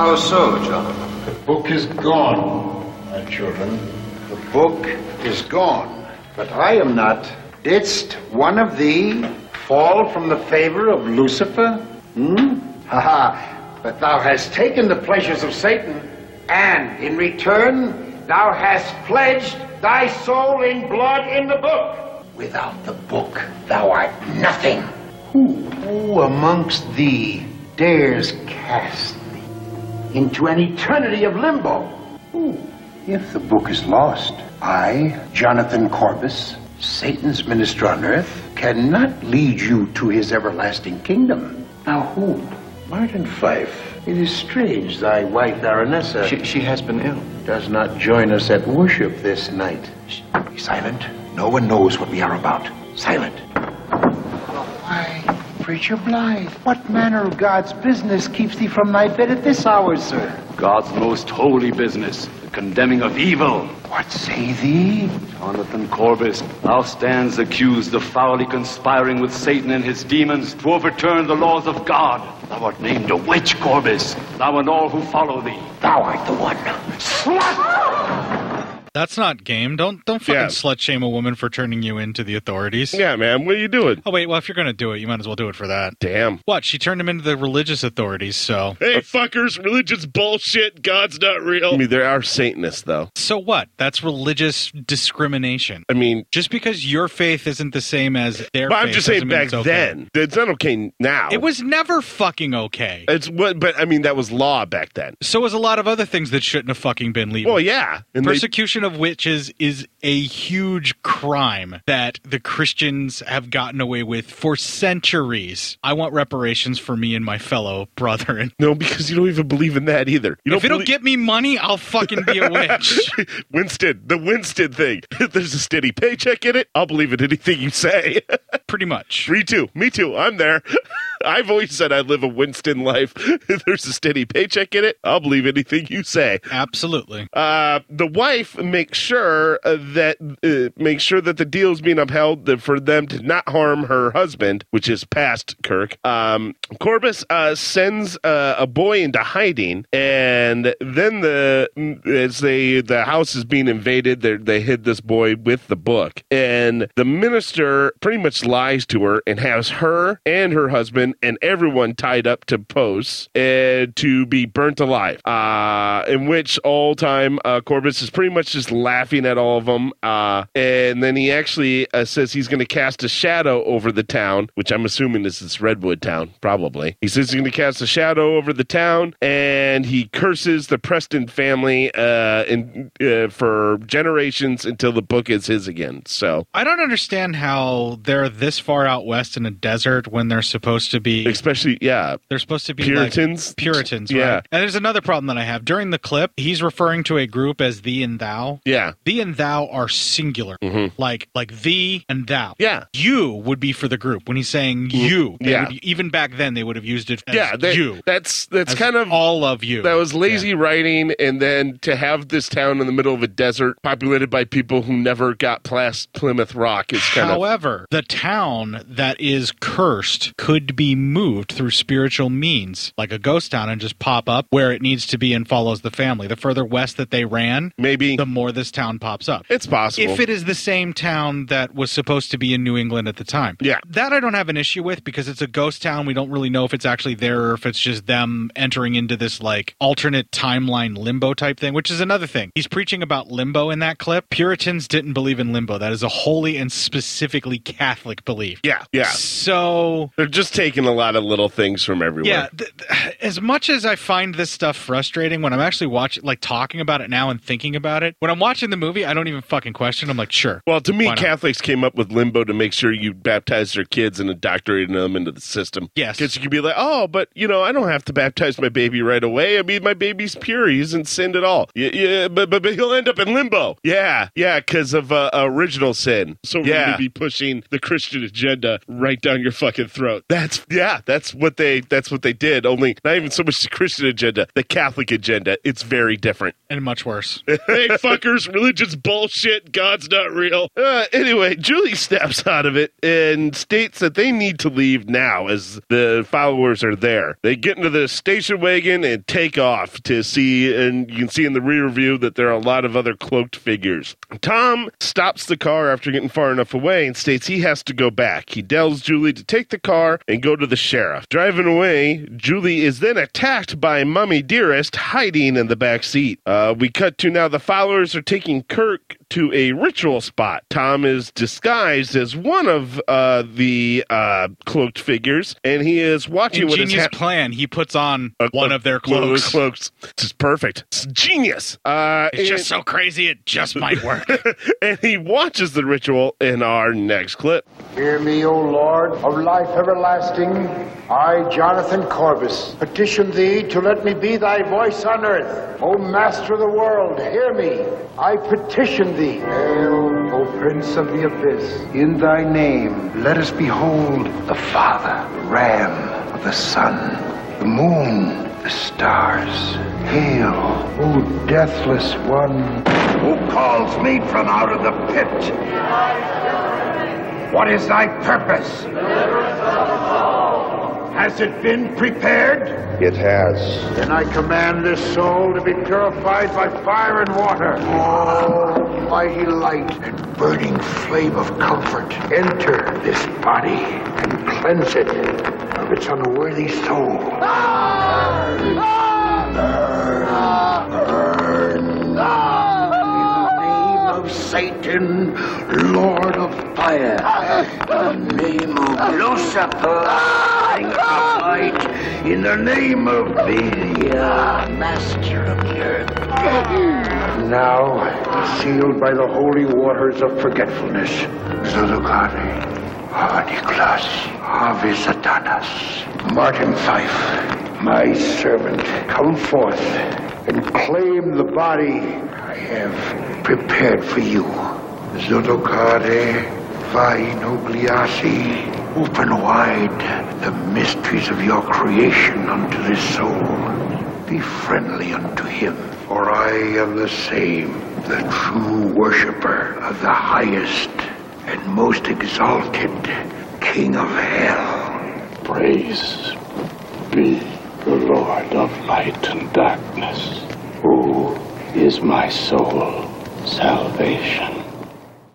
How so, John? The book is gone, my children. The book is gone. But I am not.
Didst one of thee fall from the favor of Lucifer?
Hmm? Ha ha. But thou hast taken the pleasures of Satan, and in return, thou hast pledged thy soul in blood in the book.
Without the book, thou art nothing. Who, who amongst thee dares cast thee into an eternity of limbo?
If the book is lost, I, Jonathan Corbus, Satan's minister on earth, cannot lead you to his everlasting kingdom. Now who? Martin Fife. It is strange thy wife, Aranessa.
She- she has been ill.
Does not join us at worship this night. Shh, Be silent. No one knows what we are about. Silent. Why, Oh, Preacher Blythe, what manner of God's business keeps thee from thy bed at this hour, sir?
God's most holy business, the condemning of evil.
What say thee?
Jonathan Corbis, thou stands accused of foully conspiring with Satan and his demons to overturn the laws of God. Thou art named a witch, Corbis, thou and all who follow thee. Thou art the one.
that's not game. Don't don't fucking
Yeah.
slut shame a woman for turning you into the authorities.
Yeah, man, what are you doing?
Oh wait, well if you're gonna do it, you might as well do it for that.
Damn.
What? She turned him into the religious authorities. So
Hey, fuckers! Religion's bullshit. God's not real. Uh, I mean, there are Satanists though.
so what? That's religious discrimination.
I mean,
just because your faith isn't the same as their,
But I'm
faith
just saying,
doesn't mean
back
it's okay.
then, it's not okay now.
It was never fucking okay.
It's what, but I mean, that was law back then.
So was a lot of other things that shouldn't have fucking been legal.
Well, yeah, and they-
Persecution of witches is a huge crime that the Christians have gotten away with for centuries. I want reparations for me and my fellow brethren.
No, because you don't even believe in that either. You
if it'll
don't
get me money, I'll fucking be a witch.
believe- Winston, the Winston thing. If there's a steady paycheck in it, I'll believe in anything you say.
Pretty much.
Me too. Me too. I'm there. I've always said I live a Winston life. If there's a steady paycheck in it, I'll believe anything you say.
Absolutely.
Uh, the wife make sure uh, that uh, make sure that the deal is being upheld that for them to not harm her husband, which is past Kirk. Um, Corbus uh, sends uh, a boy into hiding, and then the as they the house is being invaded, they they hid this boy with the book, and the minister pretty much lies to her and has her and her husband and everyone tied up to posts uh, to be burnt alive. Uh, in which all time uh, Corbus is pretty much just laughing at all of them, uh, and then he actually uh, says he's going to cast a shadow over the town, which I'm assuming is this redwood town, probably. He says he's going to cast a shadow over the town, and he curses the Preston family uh, in, uh, for generations until the book is his again. So
I don't understand how they're this far out west in a desert when they're supposed to be,
especially yeah,
they're supposed to be like,
Puritans,
Puritans,
yeah,
right? And there's another problem that I have during the clip. He's referring to a group as thee and thou.
yeah.
Thee and thou are singular,
Mhm.
like like thee and thou.
Yeah,
you would be for the group when he's saying you. They
Yeah.
would- even back then they would have used it. As
yeah, that-
you.
That's that's
As
kind of
all of you.
That was lazy writing, and then to have this town in the middle of a desert populated by people who never got past Plymouth Rock is kind of
However, the town that is cursed could be moved through spiritual means, like a ghost town, and just pop up where it needs to be and follows the family. The further west that they ran,
maybe
the more this town pops up.
It's possible.
If it is the same town that was supposed to be in New England at the time.
Yeah.
That I don't have an issue with because it's a ghost town. We don't really know if it's actually there or if it's just them entering into this like alternate timeline limbo type thing, which is another thing. He's preaching about limbo in that clip. Puritans didn't believe in limbo. That is a holy and specifically Catholic belief.
yeah, yeah.
So
they're just taking a lot of little things from everywhere.
Yeah, th- th- as much as I find this stuff frustrating when I'm actually watching, like talking about it now and thinking about it, when I'm watching the movie, I don't even fucking question. I'm like, sure.
Well, to me,
Why not?
Catholics came up with limbo to make sure you baptize their kids and indoctrinated them into the system.
Yes.
Because you could be like, oh, but, you know, I don't have to baptize my baby right away. I mean, my baby's pure. He isn't sinned at all. Yeah, yeah but, but, but he'll end up in
Oh.
limbo. Yeah, yeah, because of uh, original sin. So
we're gonna
be pushing the Christian agenda right down your fucking throat. That's, yeah, that's what they, that's what they did. Only not even so much the Christian agenda, the Catholic agenda. It's very different.
and much worse.
hey, fuckers, religion's bullshit. God's not real. Uh, anyway, Julie snaps out of it and states that they need to leave now as the followers are there. They get into the station wagon and take off to see, and you can see in the rear view that there are a lot of other cloaked figures. Tom stops the car after getting far enough away and states he has to go back. He tells Julie to take the car and go to the sheriff. Driving away, Julie is then attacked by Mummy Dearest hiding in the back seat. Uh, we cut to now the followers are taking Kirk to a ritual spot. Tom is disguised as one of uh, the uh, cloaked figures, and he is watching what is
Ingenious
happening.
plan. He puts on
Uh,
one of their
One of those
cloaks.
cloaks. It's just perfect. It's genius. Uh,
It's just
and-
so crazy. It just might work.
and he watches the ritual in our next clip.
Hear me, O Lord of life everlasting. I, Jonathan Corbus, petition thee to let me be thy voice on earth. O master of the world, hear me. I petition thee. Hail, O prince of the abyss, in thy name let us behold the Father, Ram of the sun, the moon, the stars. Hail, O deathless one. Who calls me from out of the pit? What is thy purpose? Has it been prepared? It has. Then I command this soul to be purified by fire and water. Almighty light and burning flame of comfort, enter this body and cleanse it of its unworthy soul. Of Satan, Lord of Fire, in the name of Lucifer, King of Light, in the name of Belia, Master of the Earth. Now, sealed by the holy waters of forgetfulness, Zulugari, Haniklas, Avisatanas, Martin Fife, my servant, come forth and claim the body I have prepared for you. Zodokare vai nogliasi. Open wide the mysteries of your creation unto this soul. Be friendly unto him.
for I am the same, the true worshiper of the highest and most exalted King of Hell.
Praise be the Lord of light and darkness, who is my soul salvation.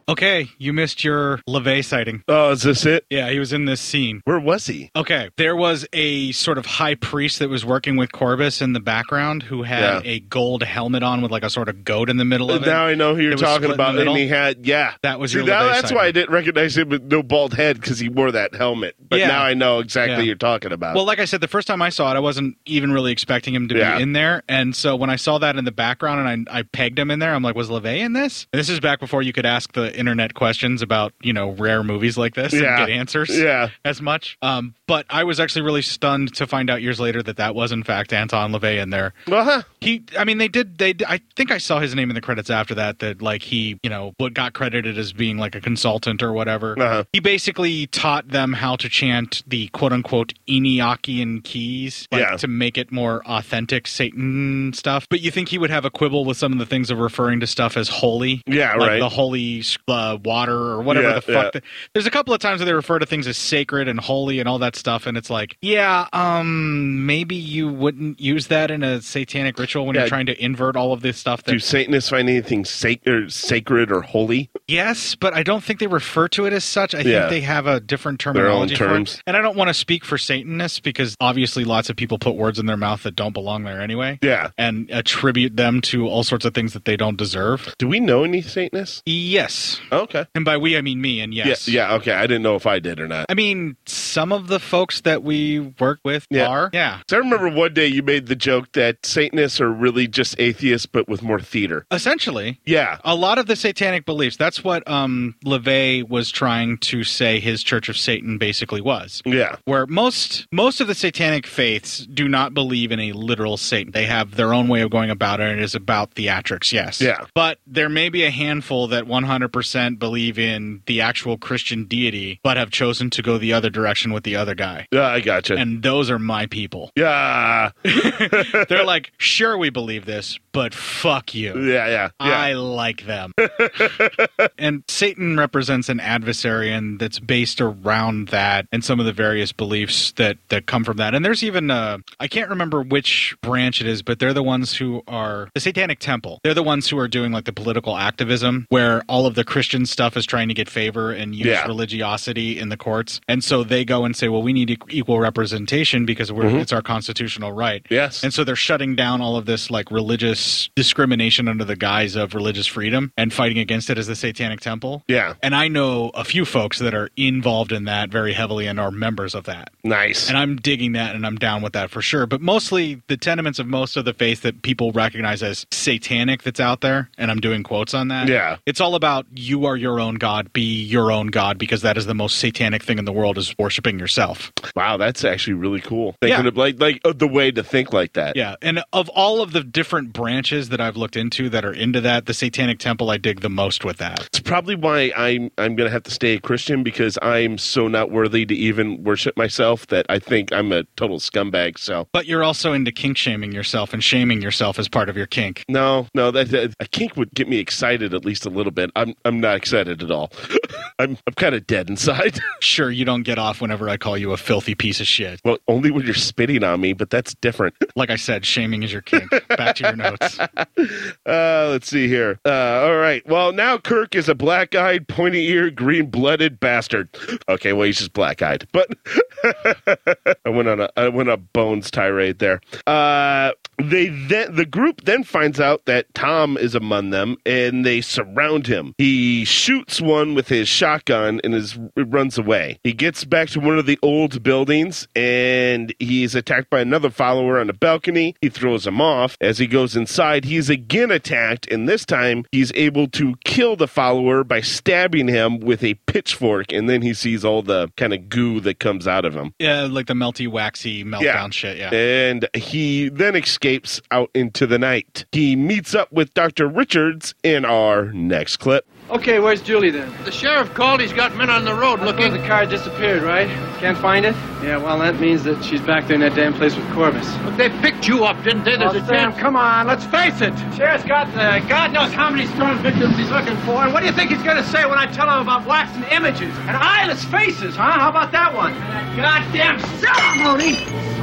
Okay, you missed your LeVay sighting.
Oh, is this it?
Yeah, he was in this scene.
Where was he?
Okay, there was a sort of high priest that was working with Corbus in the background who had
Yeah.
a gold helmet on with like a sort of goat in the middle of it.
Now I know who you're
It was
talking
split in the
about. And
middle.
he had, yeah.
That was
See,
your
now
LeVay
That's
sighting.
why I didn't recognize him with no bald head because he wore that helmet. But
Yeah.
now I know exactly
Yeah.
who you're talking about.
Well, like I said, the first time I saw it, I wasn't even really expecting him to
Yeah.
be in there. And so when I saw that in the background and I, I pegged him in there, I'm like, was LeVay in this? And this is back before you could ask the internet questions about, you know, rare movies like this
Yeah.
and get answers
Yeah.
as much. Um, but I was actually really stunned to find out years later that that was, in fact, Anton LeVay in there.
Uh-huh.
He, I mean, they did. They, I think I saw his name in the credits after that. That like he, you know, what got credited as being like a consultant or whatever.
Uh. Uh-huh.
He basically taught them how to chant the quote unquote Enochian keys, like, to make it more authentic Satan stuff. But you think he would have a quibble with some of the things of referring to stuff as holy?
Yeah,
like
right.
The holy uh, water or whatever
Yeah,
the fuck.
yeah.
the- there's a couple of times where they refer to things as sacred and holy and all that stuff, and it's like, yeah, um, maybe you wouldn't use that in a satanic ritual when
Yeah.
you're trying to invert all of this stuff. That
Do Satanists find anything sac- or sacred or holy?
yes, but I don't think they refer to it as such. I
Yeah.
think they have a different
own
terminology for
terms.
it. And I don't want to speak for Satanists because obviously lots of people put words in their mouth that don't belong there anyway.
Yeah.
and attribute them to all sorts of things that they don't deserve. E,
Do we know any Satanists?
Yes.
Okay.
And by we, I mean me. And yes.
Yeah, yeah, okay. I didn't know if I did or not.
I mean, some of the folks that we work with
Yeah.
are. Yeah.
So I remember one day you made the joke that Satanists are really just atheists, but with more theater.
Essentially,
Yeah.
a lot of the satanic beliefs. That's what um, LeVay was trying to say. His Church of Satan basically was.
Yeah.
where most most of the satanic faiths do not believe in a literal Satan. They have their own way of going about it, and it is about theatrics. Yes.
Yeah.
But there may be a handful that 100% believe in the actual Christian deity, but have chosen to go the other direction with the other guy.
Yeah, I gotcha.
And those are my people.
Yeah.
They're like, sure, we believe this, but fuck you.
Yeah, yeah.
I like them. and Satan represents an adversary, and that's based around that and some of the various beliefs that, that come from that. And there's even, uh, I can't remember which branch it is, but they're the ones who are the Satanic Temple. They're the ones who are doing like the political activism where all of the Christian stuff is trying to get favor and use
Yeah.
religiosity in the courts. And so they go and say, well, we need e- equal representation because we're,
Mhm.
it's our constitutional right.
Yes.
And so they're shutting down all of this like religious discrimination under the guise of religious freedom and fighting against it as the Satanic Temple.
Yeah.
And I know a few folks that are involved in that very heavily and are members of that.
Nice.
And I'm digging that and I'm down with that for sure. But mostly the tenements of most of the faith that people recognize as satanic that's out there, and I'm doing quotes on that.
Yeah.
It's all about you are your own God, be your own God, because that is the most satanic thing in the world is worshiping yourself.
Wow, that's actually really cool.
Yeah.
Thinking of like like uh, the way to think like that.
Yeah, and of all of the different branches that I've looked into that are into that, the Satanic Temple I dig the most with that.
It's probably why I'm I'm gonna have to stay a Christian because I'm so not worthy to even worship myself that I think I'm a total scumbag. So
But you're also into kink shaming yourself and shaming yourself as part of your kink.
no, no, that, that a kink would get me excited at least a little bit. I'm I'm not excited at all. I'm I'm kind of dead inside.
Sure, you don't get off whenever I call you a filthy piece of shit.
Well, only when you're spitting on me, but that's different.
Like I said, shaming is your kink. Back to your notes.
Uh, let's see here. Uh, all right. Well, now Kirk is a black eyed, pointy eared, green blooded bastard. Okay, well, he's just black eyed. But I went on a I went on a bones tirade there. Uh, they then the group then finds out that Tom is among them, and they surround him. He shoots one with his shotgun and is runs away. He gets back to one of the old buildings, and he is attacked by another follower on a balcony. He throws him off. As he goes inside, he is again attacked, and this time he's able to kill the follower by stabbing him with a pitchfork, and then he sees all the kind of goo that comes out of him.
Yeah, like the melty, waxy meltdown shit. Yeah.
And he then escapes out into the night. He meets up with Dr. Richards in our next clip.
Okay, where's Julie then? The sheriff called. He's got men on the road looking. The car disappeared, right? Can't find it? Yeah, well, that means that she's back there in that damn place with Corbis. But they picked you up, didn't they?
There's a
Sam,
chance-
come on, let's face it. Sheriff's got uh, God knows how many storm victims he's looking for. And what do you think he's going to say when I tell him about waxen images and eyeless faces, huh? How about that one? Goddamn ceremony!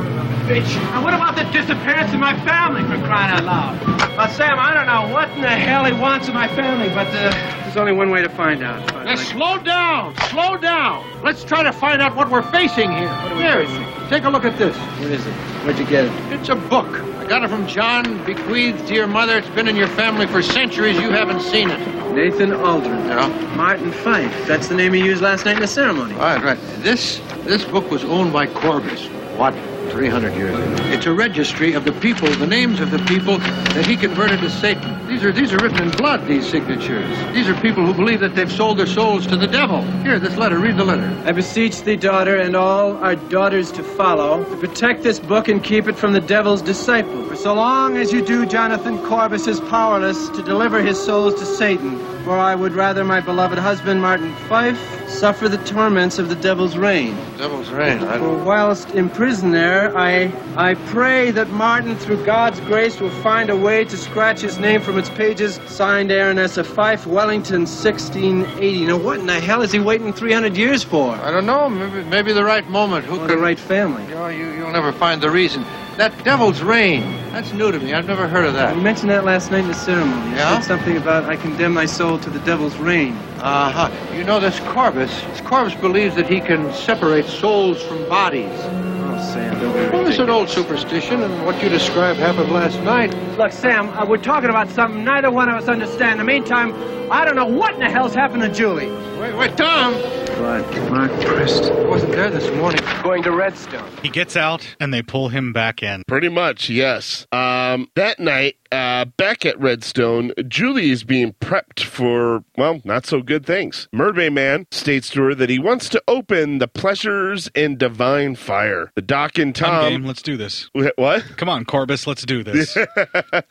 Bitch. And what about the disappearance of my family, for crying out loud? Now, Sam, I don't know what in the hell he wants of my family, but uh, there's only one way to find out.
Now slow down, slow down. Let's try to find out what we're facing here. What
are we facing?
Take a look at this.
What is it? Where'd you get it?
It's a book. I got it from John, bequeathed to your mother. It's been in your family for centuries. You haven't seen it.
Nathan Aldrin. Yeah. Martin Fife. That's the name he used last night in the ceremony.
All right, right. This this book was owned by Corbis. What? 300 years ago. It's a registry of the people, the names of the people that he converted to Satan. These are these are written in blood, these signatures. These are people who believe that they've sold their souls to the devil. Here, this letter, read the letter.
I beseech thee, daughter, and all our daughters to follow, to protect this book and keep it from the devil's disciple. For so long as you do, Jonathan Corbis is powerless to deliver his souls to Satan. For I would rather my beloved husband, Martin Fife, suffer the torments of the devil's reign.
Devil's reign. I
For whilst in prison there, I, I pray that Martin, through God's grace, will find a way to scratch his name from its pages. Signed Aaron S. Fife, Wellington, 1680. Now, what in the hell is he waiting 300 years for? I
don't know. Maybe, maybe the right moment. Who
The right family.
You know, you, you'll never find the reason. That devil's reign. That's new to me. I've never heard of that.
You mentioned that last night in the ceremony. You
Yeah?
said something about I condemn my soul to the devil's reign.
Uh huh. You know, this Corvus, this Corvus believes that he can separate souls from bodies.
Oh, Sam, don't worry.
Well, it's an old superstition, and what you described happened last night.
Look, Sam, uh, we're talking about something neither one of us understand. In the meantime, I don't know what in the hell's happened to Julie. Wait, wait, Tom!
Blood, Mark Christ. Wasn't there this morning. Going to Redstone.
He gets out and they pull him back in.
Pretty much, yes. Um, that night, uh, back at Redstone, Julie is being prepped for, well, not so good things. Mermaid Man states to her that he wants to open the pleasures and divine fire. The Doc and Tom.
I'm game. Let's do this.
What?
Come on, Corbus. Let's do this.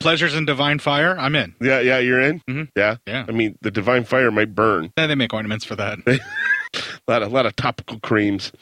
Pleasures in divine fire. I'm in.
Yeah, yeah, you're in? Yeah?
Mm-hmm. Yeah.
I mean, the divine fire might burn.
Yeah, they make ornaments for that.
A lot, a lot of topical creams.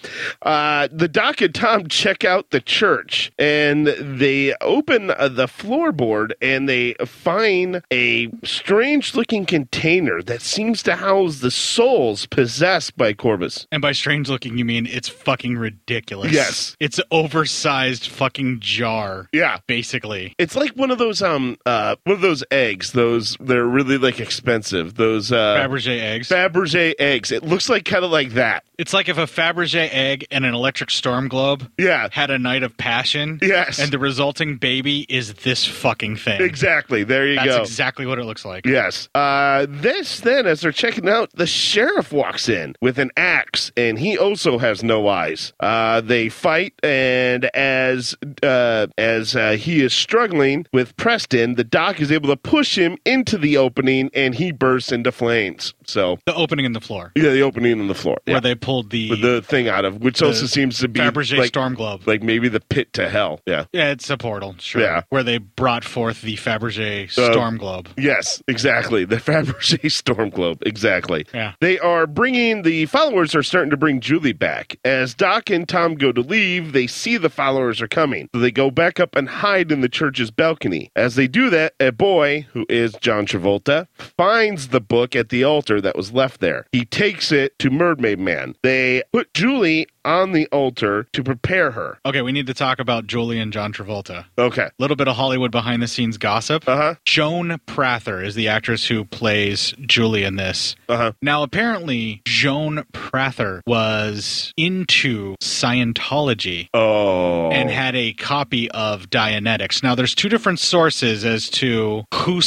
Uh, the Doc and Tom check out the church and they open uh, the floorboard and they find a strange looking container that seems to house the souls possessed by Corvus.
And by strange looking, you mean it's fucking ridiculous.
Yes.
It's an oversized fucking jar.
Yeah.
Basically.
It's like one of those um uh one of those eggs. Those they're really like expensive. Those uh
Fabergé eggs.
Fabergé eggs. It looks like kind of like that.
It's like if a Fabergé egg and an electric storm globe
yeah.
had a night of passion.
Yes.
And the resulting baby is this fucking thing.
Exactly. There you
That's
go.
exactly what it looks like.
Yes. Uh, this then, as they're checking out, the sheriff walks in with an axe, and he also has no eyes. Uh, they fight, and as uh, as uh, he is struggling with Preston, the doc is able to push him into the opening, and he bursts into flames. So
The opening in the floor.
yeah, the opening in the floor
Where
yeah.
they pulled the
With the thing out of, which
the
also seems to be
Fabergé
like,
storm globe.
like maybe the pit to hell. Yeah.
Yeah, it's a portal, sure.
Yeah.
Where they brought forth the Fabergé
Uh,
storm globe.
Yes, exactly. The Fabergé storm globe. Exactly.
Yeah.
They are bringing the followers are starting to bring Julie back. As Doc and Tom go to leave, they see the followers are coming. So they go back up and hide in the church's balcony. As they do that, a boy who is John Travolta finds the book at the altar that was left there. He takes it to Mermaid Man. They put Julie on the altar to prepare her.
Okay, we need to talk about Julie and John Travolta.
Okay. Uh-huh.
A little bit of Hollywood behind the scenes gossip. Uh huh. Joan Prather is the actress who plays Julie in this.
Uh huh.
Now, apparently, Joan Prather was into Scientology.
Oh.
And had a copy of Dianetics. Now, there's two different sources as to who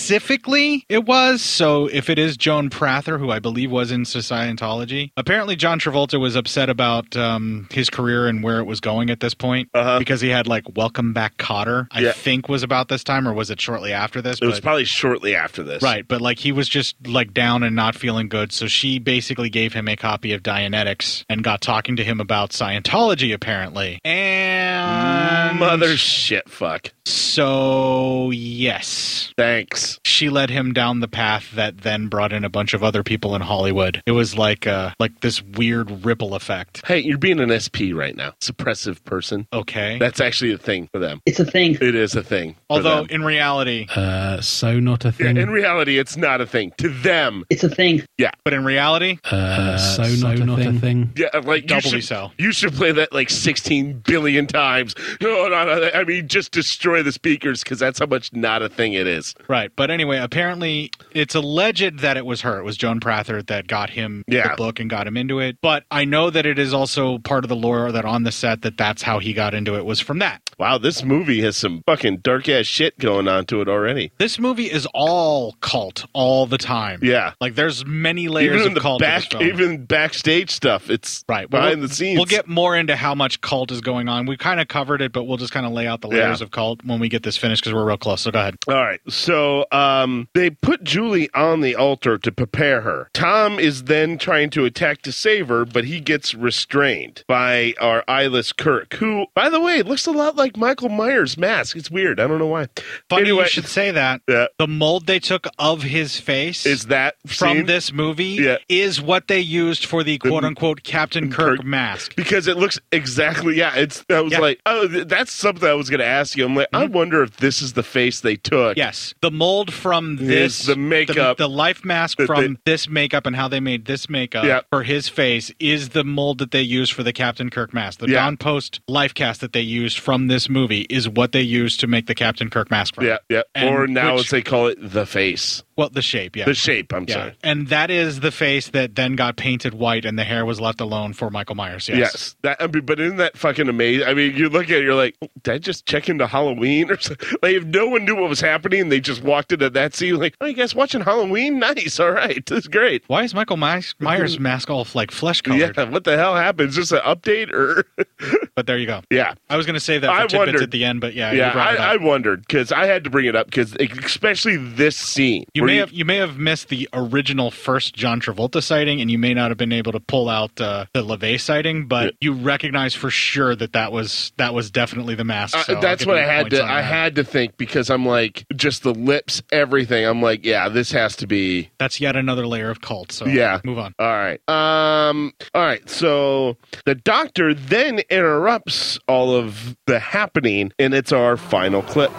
specifically it was. So, if it is Joan Prather, who I believe was into Scientology, apparently John Travolta was upset about um, his career and where it was going at this point because he had like Welcome Back Cotter, I
Yeah.
think was about this time, or was it shortly after this?
It was
But-
probably shortly after this.
Right, but like he was just like down and not feeling good, so she basically gave him a copy of Dianetics and got talking to him about Scientology apparently. And And
Mother shit fuck.
So yes.
Thanks.
She led him down the path that then brought in a bunch of other people in Hollywood. It was like uh like this weird ripple effect.
Hey, you're being an SP right now. Suppressive person.
Okay.
That's actually a thing for them.
It's a thing.
It is a thing. for
Although
them.
in reality
Uh, so not a thing.
Yeah, in reality, it's not a thing. To them,
It's a thing.
Yeah.
But in reality
uh, so, not, a, thing.
Yeah, like you
Doubly
should,
so.
You should play that like 16 billion times. No, no, no. I mean, just destroy the speakers because that's how much not a thing it is.
Right. But anyway, apparently it's alleged that it was her. It was Joan Prather that got him
Yeah.
the book and got him into it. But I know that it is also part of the lore that on the set that that's how he got into it was from that.
Wow, this movie has some fucking dark ass shit going on to it already.
This movie is all cult all the time.
Yeah.
Like there's many layers
even in
of
the
cult. to this
back,
film.
even backstage stuff. It's right
Well,
behind
we'll-
the scenes.
We'll get more into how much cult is going on. We kind of covered it, but we'll just kind of lay out the layers
Yeah.
of cult when we get this finished because we're real close. So go ahead.
All right. So um, they put Julie on the altar to prepare her. Tom is then trying to attack to save her, but he gets restrained by our eyeless Kirk, who, by the way, looks a lot like Michael Myers' mask. It's weird. I don't know why.
Funny you should say that.
Yeah.
The mold they took of his face
is that
from
scene?
this movie
Yeah.
is what they used for the quote unquote Captain Kirk, mask.
Because it looks exactly, yeah. It's I was like, oh, th- that's something I was going to ask you. I'm like, I wonder if this is the face they took.
Mm-hmm. Yes, the mold from
Is
this
the makeup
the, life mask
that
from
they-
this makeup and how they made this makeup
Yeah.
for his face is the mold that they used for the Captain Kirk mask. The
Yeah.
Don Post life cast that they used from this movie is what they used to make the Captain Kirk mask from.
Yeah, yeah.
And
or now
which-
as they call it, the face.
Well, the shape, yeah.
The shape, I'm
Yeah.
sorry.
And that is the face that then got painted white and the hair was left alone for Michael Myers. Yes.
Yes. That, I mean, but isn't that fucking amazing? I mean, you look at it, you're like, did I just check into Halloween or something? Like, if no one knew what was happening, they just walked into that scene, like, oh, you guys watching Halloween? Nice. All right. This is great.
Why is Michael Myers, Myers mask all like flesh colored?
Yeah. What the hell happened? Is this an update or?
but there you go.
Yeah.
I was going to save that for
I
tidbits
wondered.
at the end, but yeah,
yeah,
you brought it
I, I
up.
wondered because I had to bring it up because especially this scene.
you
where
may have you may have missed the original first John Travolta sighting, and you may not have been able to pull out uh, the LeVay sighting, but you recognize for sure that that was that was definitely the mask.
Uh,
so I'll
that's
give
what
you
I had
points
to.
on
I
that.
had to think because I'm like just the lips, everything. I'm like, yeah, this has to be.
That's yet another layer of cult. So
yeah,
move on.
All right, um, all right. So the doctor then interrupts all of the happening, and it's our final clip.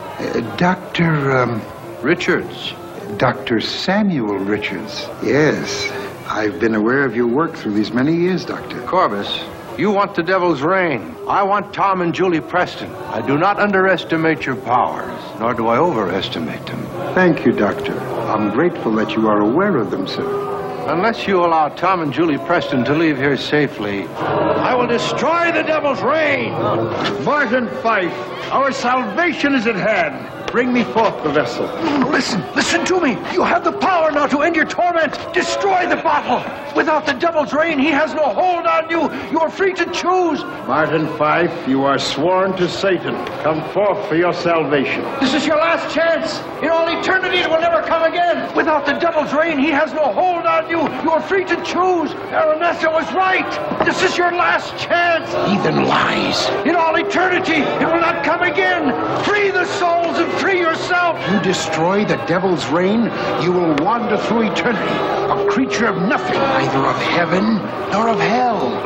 Dr. Uh, Um, Richards. Dr. Samuel Richards. Yes.
I've been aware of your work through these many years, Doctor.
Corbus.
You want the devil's reign. I want Tom and Julie Preston. I do not underestimate your powers, nor do I overestimate them.
Thank you, Doctor. I'm grateful that you are aware of them, sir.
Unless you allow Tom and Julie Preston to leave here safely, I will destroy the devil's reign. Martin Fife, our salvation is at hand. Bring me forth the vessel. Listen, listen to me. You have the power now to end your torment. Destroy the bottle. Without the devil's reign, he has no hold on you. You are free to choose.
Martin Fife, you are sworn to Satan. Come forth for your salvation.
This is your last chance. In all eternity, it will never come again. Without the devil's reign, he has no hold on you. You are free to choose. Aranessa was right. This is your last chance. Even lies. In all eternity, it will not come again. Free the souls and free yourself.
You destroy the devil's reign, you will wander through eternity, a creature of nothing, neither of heaven nor of hell.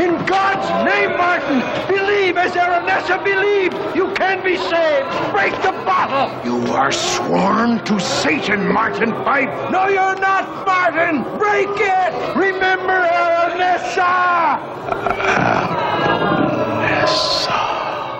In God's name, Martin, believe as Aranessa believed. You can be saved. Break the bottle.
You are sworn to Satan, Martin Pipe.
No, you're not, Martin. Break it. Remember Aranessa.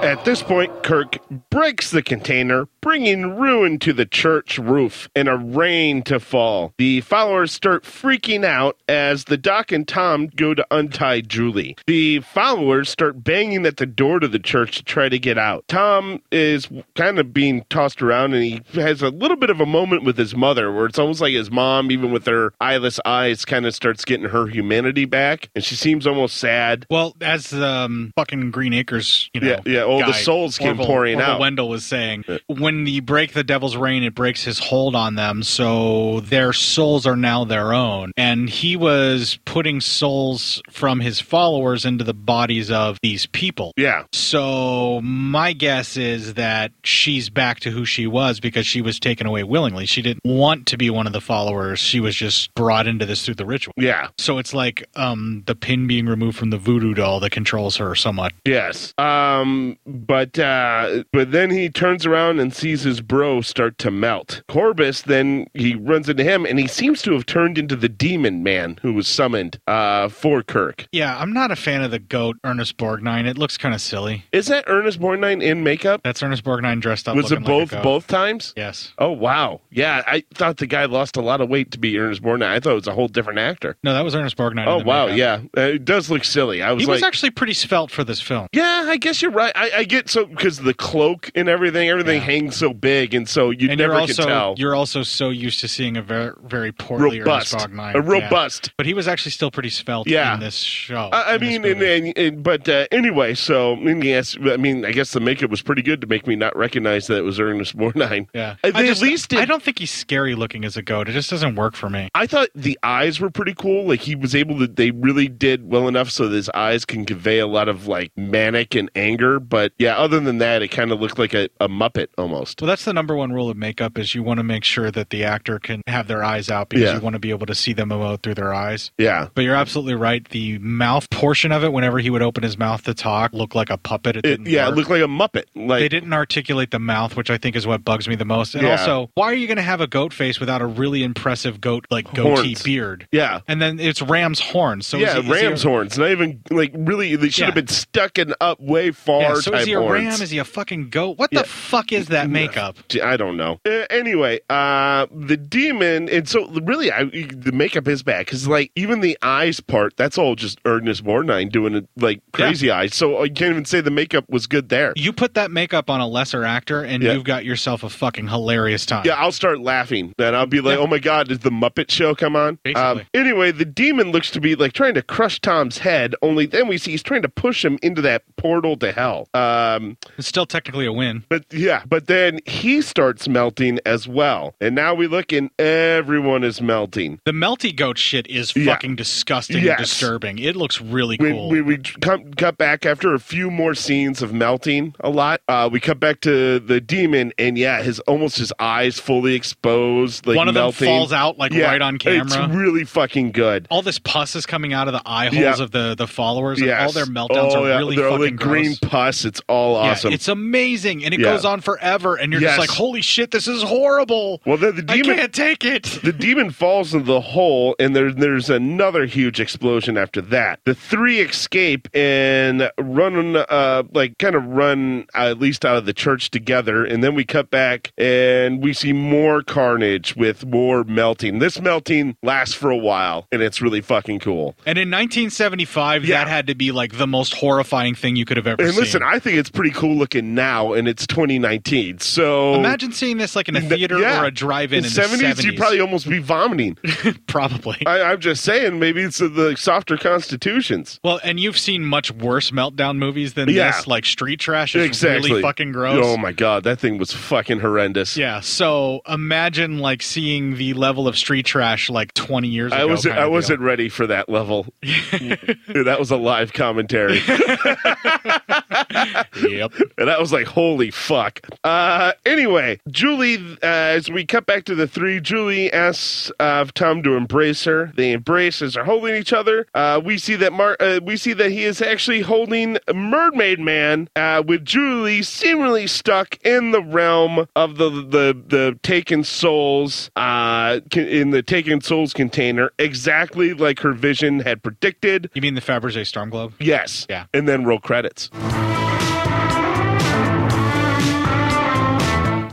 At this point, Kirk breaks the container, bringing ruin to the church roof and a rain to fall. The followers start freaking out as the Doc and Tom go to untie Julie. The followers start banging at the door to the church to try to get out. Tom is kind of being tossed around and he has a little bit of a moment with his mother where it's almost like his mom, even with her eyeless eyes, kind of starts getting her humanity back and she seems almost sad.
Well, as um, fucking Green Acres, you know,
yeah, yeah. all the souls came
Orville-
pouring
Orville
out.
Wendell was saying when you break the devil's reign, it breaks his hold on them, so their souls are now their own. And he was putting souls from his followers into the bodies of these people.
Yeah.
So my guess is that she's back to who she was because she was taken away willingly. She didn't want to be one of the followers. She was just brought into this through the ritual.
Yeah.
So it's like um the pin being removed from the voodoo doll that controls her so much.
Yes. Um but uh but then he turns around and sees his bro start to melt. Corbus then he runs into him and he seems to have turned into the demon man who was summoned uh for Kirk.
Yeah, I'm not a fan of the goat Ernest Borgnine. It looks kind of silly.
Is that Ernest Borgnine in makeup?
That's Ernest Borgnine dressed up.
was it
looking like a
both
goat.
both times?
Yes.
Oh wow. Yeah, I thought the guy lost a lot of weight to be Ernest Borgnine. I thought it was a whole different actor.
No, that was Ernest Borgnine. in
Oh
the
wow,
makeup.
yeah. Uh, it does look silly. I was
he
like
was actually pretty svelte for this film.
Yeah, I guess you're right. I, I get so because the cloak and everything, everything hangs so big, and so you
and
never
you're also
can tell.
you're also so used to seeing a very very poorly
Robust.
Ernest Borgnine.
A
Yeah.
robust.
but he was actually still pretty svelte
Yeah.
in this show.
I, I mean, and, and, and- but uh, anyway, so and yes, I mean, I guess the makeup was pretty good to make me not recognize that it was Ernest Borgnine.
yeah,
They
I, just-
at least
I don't think he's scary looking as a goat. It just doesn't work for me.
I thought the eyes were pretty cool. Like he was able to, they really did well enough so that his eyes can convey a lot of like manic and anger. But yeah, other than that, it kind of looked like a, a Muppet almost.
Well, that's the number one rule of makeup is you want to make sure that the actor can have their eyes out because
Yeah.
you want to be able to see them emote through their eyes.
Yeah.
But you're absolutely right. The mouth portion of it, whenever he would open his mouth to talk, looked like a puppet. It
It-
didn't
yeah,
work.
it looked like a Muppet. Like
they didn't articulate the mouth, which I think is what bugs me the most. And
Yeah.
also, why are you going to have a goat face without a really impressive goat like goatee
Horns.
beard?
Yeah.
And then it's ram's horns. So
yeah,
is he- is he a-
ram's horns. Not even like really. They should
Yeah.
have been stuck and up way far.
Yeah, so
type
is he a
horns.
ram? Is he a fucking goat? What the fuck is that makeup?
I don't know. Uh, anyway, uh, the demon, and so really, I, the makeup is back because like even the eyes part, that's all just Ernest Borgnine doing it like crazy eyes. So I can't even say the makeup was good there.
You put that makeup on a lesser actor, and
Yeah.
you've got yourself a fucking hilarious time.
Yeah, I'll start laughing. Then I'll be like, "Oh my god, did the Muppet Show come on?" Um, anyway, the demon looks to be like trying to crush Tom's head. Only then we see he's trying to push him into that portal to hell. Um,
It's still technically a win.
But yeah, but then he starts melting as well. And now we look and everyone is melting.
The melty goat shit is
Yeah.
fucking disgusting
Yes.
and disturbing. It looks really
When
cool.
we, we come, cut back after a few more scenes of melting a lot, uh, we cut back to the demon, and yeah, his almost his eyes fully exposed, like
One of them
melting.
falls out, like,
Yeah,
right on camera.
It's really fucking good.
all this pus is coming out of the eye holes
Yeah.
of the, the followers, and all
Yes.
their meltdowns
Oh,
are
yeah,
really
they're all,
fucking
like, green
gross.
pus. It's all
Yeah,
awesome.
it's amazing, and it
Yeah.
goes on forever, and you're
Yes.
just like, holy shit, this is horrible.
Well, the, the
I
demon
can't take it.
The demon falls into the hole, and there, there's another huge explosion after that. The three escape and run, uh, like kind of run uh, at least out of the church together, and then we cut back and we see more carnage with more melting. This melting lasts for a while, and it's really fucking cool.
And in 1975, that had to be like the most horrifying thing you could have ever
And
seen.
listen, I think it's pretty cool looking now, and it's 2019. So
Imagine seeing this like in a theater
yeah.
or a drive-in in,
In
the 70s.
70s, you'd probably almost be vomiting.
probably.
I, I'm just saying, maybe it's the softer constitutions.
Well, and you've seen much worse meltdown movies than
Yeah.
this, like Street Trash is really fucking gross.
Oh my god, that thing was fucking horrendous.
Yeah, so imagine like seeing the level of Street Trash like 20 years ago.
I wasn't.
kind of
I
deal.
wasn't ready for that level. that was a live commentary.
yep.
And I was like, "Holy fuck!" Uh, anyway, Julie. Uh, as we cut back to the three, Julie asks uh, Tom to embrace her. They embrace as they're holding each other. Uh, we see that Mar- uh, We see that he is actually holding Mermaid Man uh, with Julie seemingly stuck in the realm of the the the taken souls uh, con- in the taken souls container, exactly like her vision had predicted.
You mean the Fabergé storm globe?
Yes.
Yeah.
And then roll credits.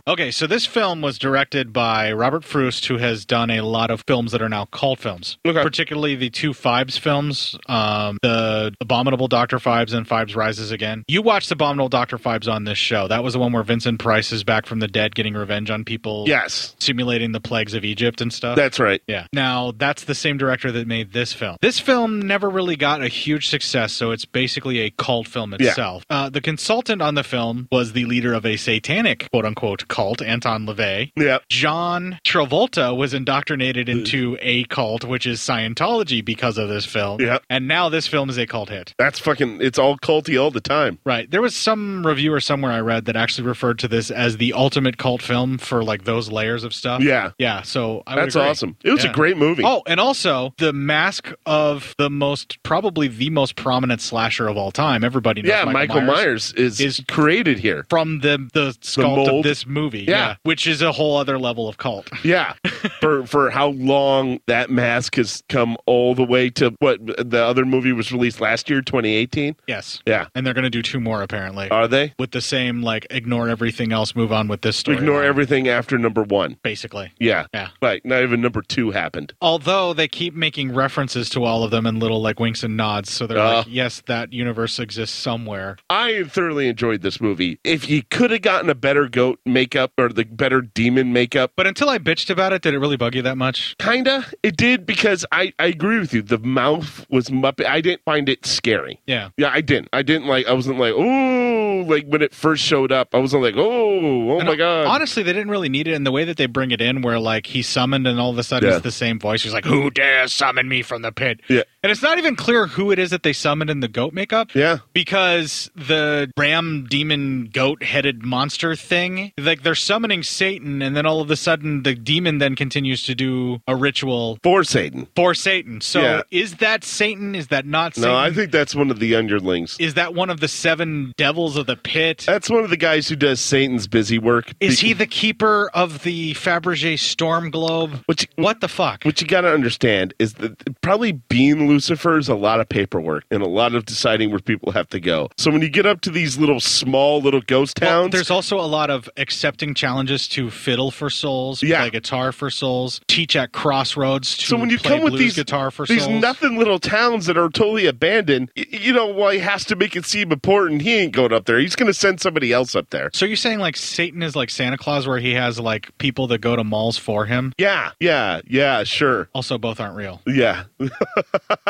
Okay, so this film was directed by Robert Frust, who has done a lot of films that are now cult films, particularly the two Fibes films, um, the Abominable Doctor Fibes and Fibes Rises Again. You watched Abominable Doctor Fibes on this show. That was the one where Vincent Price is back from the dead, getting revenge on people.
Yes.
simulating the plagues of Egypt and stuff.
That's right.
Yeah. Now, that's the same director that made this film. This film never really got a huge success, so it's basically a cult film
Yeah.
itself. Uh, the consultant on the film was the leader of a satanic, quote unquote, cult, Anton LaVey.
Yeah. Mm.
John Travolta was indoctrinated into a cult, which is Scientology, because of this film.
Yeah.
And now this film is a cult hit.
That's fucking. It's all culty all the time.
Right. There was some reviewer somewhere I read that actually referred to this as the ultimate cult film for like those layers of stuff.
Yeah.
Yeah. So I would
That's
agree.
awesome. It was
Yeah.
a great movie.
Oh, and also the mask of the most, probably the most prominent slasher of all time. Everybody knows
yeah, Michael, Myers, is, created here
from the the sculpt of
mold.
this movie.
Yeah.
Which is a whole other level of cult.
Yeah, for for how long that mask has come all the way to what the other movie was released last year, 2018.
Yes.
Yeah,
And they're going to do two more apparently.
are they?
with the same like ignore everything else, move on with this story.
Ignore everything after number one.
basically.
Yeah,
Yeah.
Right. Not even number two happened.
Although they keep making references to all of them in little like winks and nods, so they're
Uh.
like, yes, that universe exists somewhere.
I thoroughly enjoyed this movie. If you could have gotten a better goat makeup or the better demon makeup,
but until I bitched about it, did it really bug you that much?
Kinda. It did because I I agree with you. The mouth was muppet. I didn't find it scary.
Yeah.
Yeah, I didn't. I didn't like. I wasn't like, oh, like when it first showed up. I wasn't like, oh, oh my god.
Honestly, they didn't really need it, and the way that they bring it in, where like he's summoned, and all of a sudden
Yeah.
it's the same voice. He's like, "Who dares summon me from the pit?"
Yeah.
And it's not even clear who it is that they summoned in the goat makeup.
Yeah.
Because the ram demon goat headed monster thing, like they're summoning Satan, and then all of a sudden the demon then continues to do a ritual
for Satan.
For Satan. So
Yeah.
is that Satan? Is that not Satan?
No, I think that's one of the underlings.
is that one of the seven devils of the pit?
That's one of the guys who does Satan's busy work.
Is he the keeper of the Fabergé storm globe?
What,
what the fuck?
What you got to understand is that probably being Lucifer is a lot of paperwork and a lot of deciding where people have to go. So when you get up to these little small little ghost towns,
There's also a lot of accepting challenges to fiddle for souls, play guitar for souls, teach at crossroads to
so when you
play
come with
blues
these
guitar for
these
souls.
nothing little towns that are totally abandoned, y- you know, while he has to make it seem important, he ain't going up there. He's going to send somebody else up there.
so you're saying like Satan is like Santa Claus where he has like people that go to malls for him?
Yeah, yeah, yeah, sure.
Also both aren't real.
Yeah.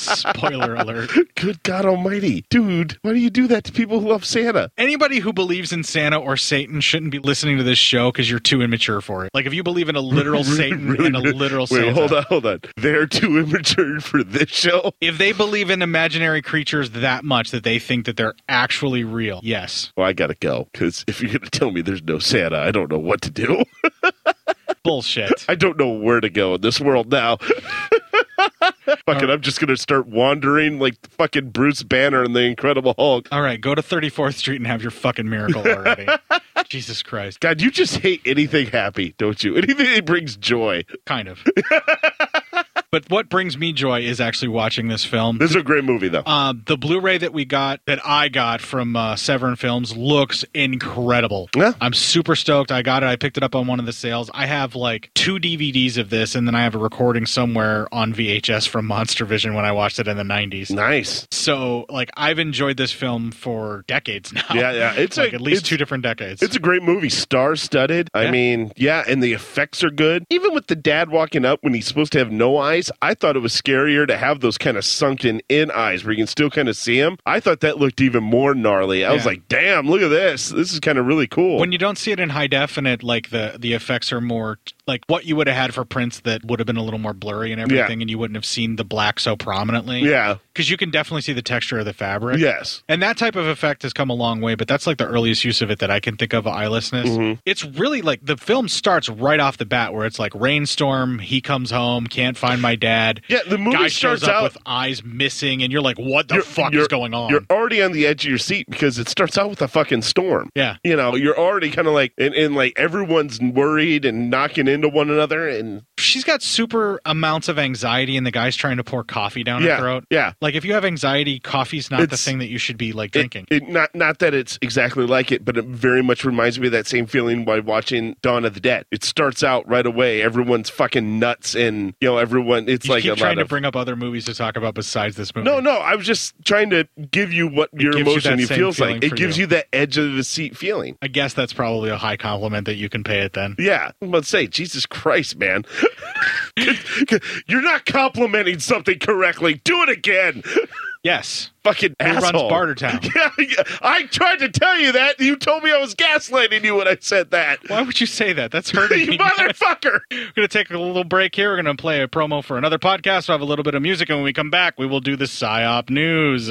Spoiler alert.
Good God Almighty, dude! Why do you do that to people who love Santa?
Anybody who believes in Santa or Satan shouldn't be listening to this show because you're too immature for it. Like if you believe in a literal Satan
Really,
and a
really-
literal
Wait,
Santa,
hold on, hold on. They're too immature for this show.
if they believe in imaginary creatures that much that they think that they're actually real, yes.
Well, I gotta go because if you're gonna tell me there's no Santa, I don't know what to do.
Bullshit.
I don't know where to go in this world now. fucking,
Uh,
I'm just gonna start wandering like fucking Bruce Banner and the Incredible Hulk.
All right, go to 34th Street and have your fucking miracle already. Jesus Christ.
God, you just hate anything happy, don't you? Anything that brings joy.
Kind of. But what brings me joy is actually watching this film.
This is a great movie, though.
Uh, the Blu-ray that we got, that I got from uh, Severn Films, looks incredible. I'm super stoked. I got it. I picked it up on one of the sales. I have like two DVDs of this, and then I have a recording somewhere on VHS from Monster Vision when I watched it in the 90s.
Nice.
So, like, I've enjoyed this film for decades now.
Yeah, yeah. It's
like
a-
at least
it's-
two different decades.
It's a great movie, star studded.
Yeah.
I mean, yeah, and the effects are good. Even with the dad walking up when he's supposed to have no eyes, I thought it was scarier to have those kind of sunken in eyes where you can still kind of see him. I thought that looked even more gnarly. I was
Yeah.
like, damn, look at this. This is kind of really cool.
when you don't see it in high definite like the the effects are more like what you would have had for prints that would have been a little more blurry and everything and you wouldn't have seen the black so prominently
Yeah.
because you can definitely see the texture of the fabric
Yes.
and that type of effect has come a long way but that's like the earliest use of it that i can think of eyelessness
Mhm.
it's really like the film starts right off the bat where it's like rainstorm he comes home can't find my dad
yeah the movie
guy
starts
shows up
out-
with eyes missing and you're like what the fuck is going on
You're already on the edge of your seat because it starts out with a fucking storm.
Yeah.
You know, you're already kind of like, and, and like everyone's worried and knocking into one another, and
She's got super amounts of anxiety, and the guy's trying to pour coffee down
Yeah,
her throat.
yeah.
Like if you have anxiety, coffee's not the
It's-
thing that you should be like drinking.
It, not not that it's exactly like it, but it very much reminds me of that same feeling by watching Dawn of the Dead. It starts out right away. Everyone's fucking nuts, and you know everyone. It's
you
like
keep
a
trying
lot
to
of.
bring up other movies to talk about besides this movie.
no, no. I was just trying to give you what your
gives you
emotion
that
you
same
feels
feeling
like.
for
It gives
you.
you that edge of the seat feeling.
I guess that's probably a high compliment that you can pay it then.
Yeah, I'm about to say, Jesus Christ, man. You're not complimenting something correctly. Do it again.
Yes.
Fucking
Who runs
asshole.
Bartertown?
Yeah, yeah. I tried to tell you that. and You told me I was gaslighting you when I said that.
Why would you say that? That's hurting
you
me.
motherfucker.
We're going to take a little break here. We're going to play a promo for another podcast. We'll have a little bit of music. And when we come back, we will do the PSYOP news.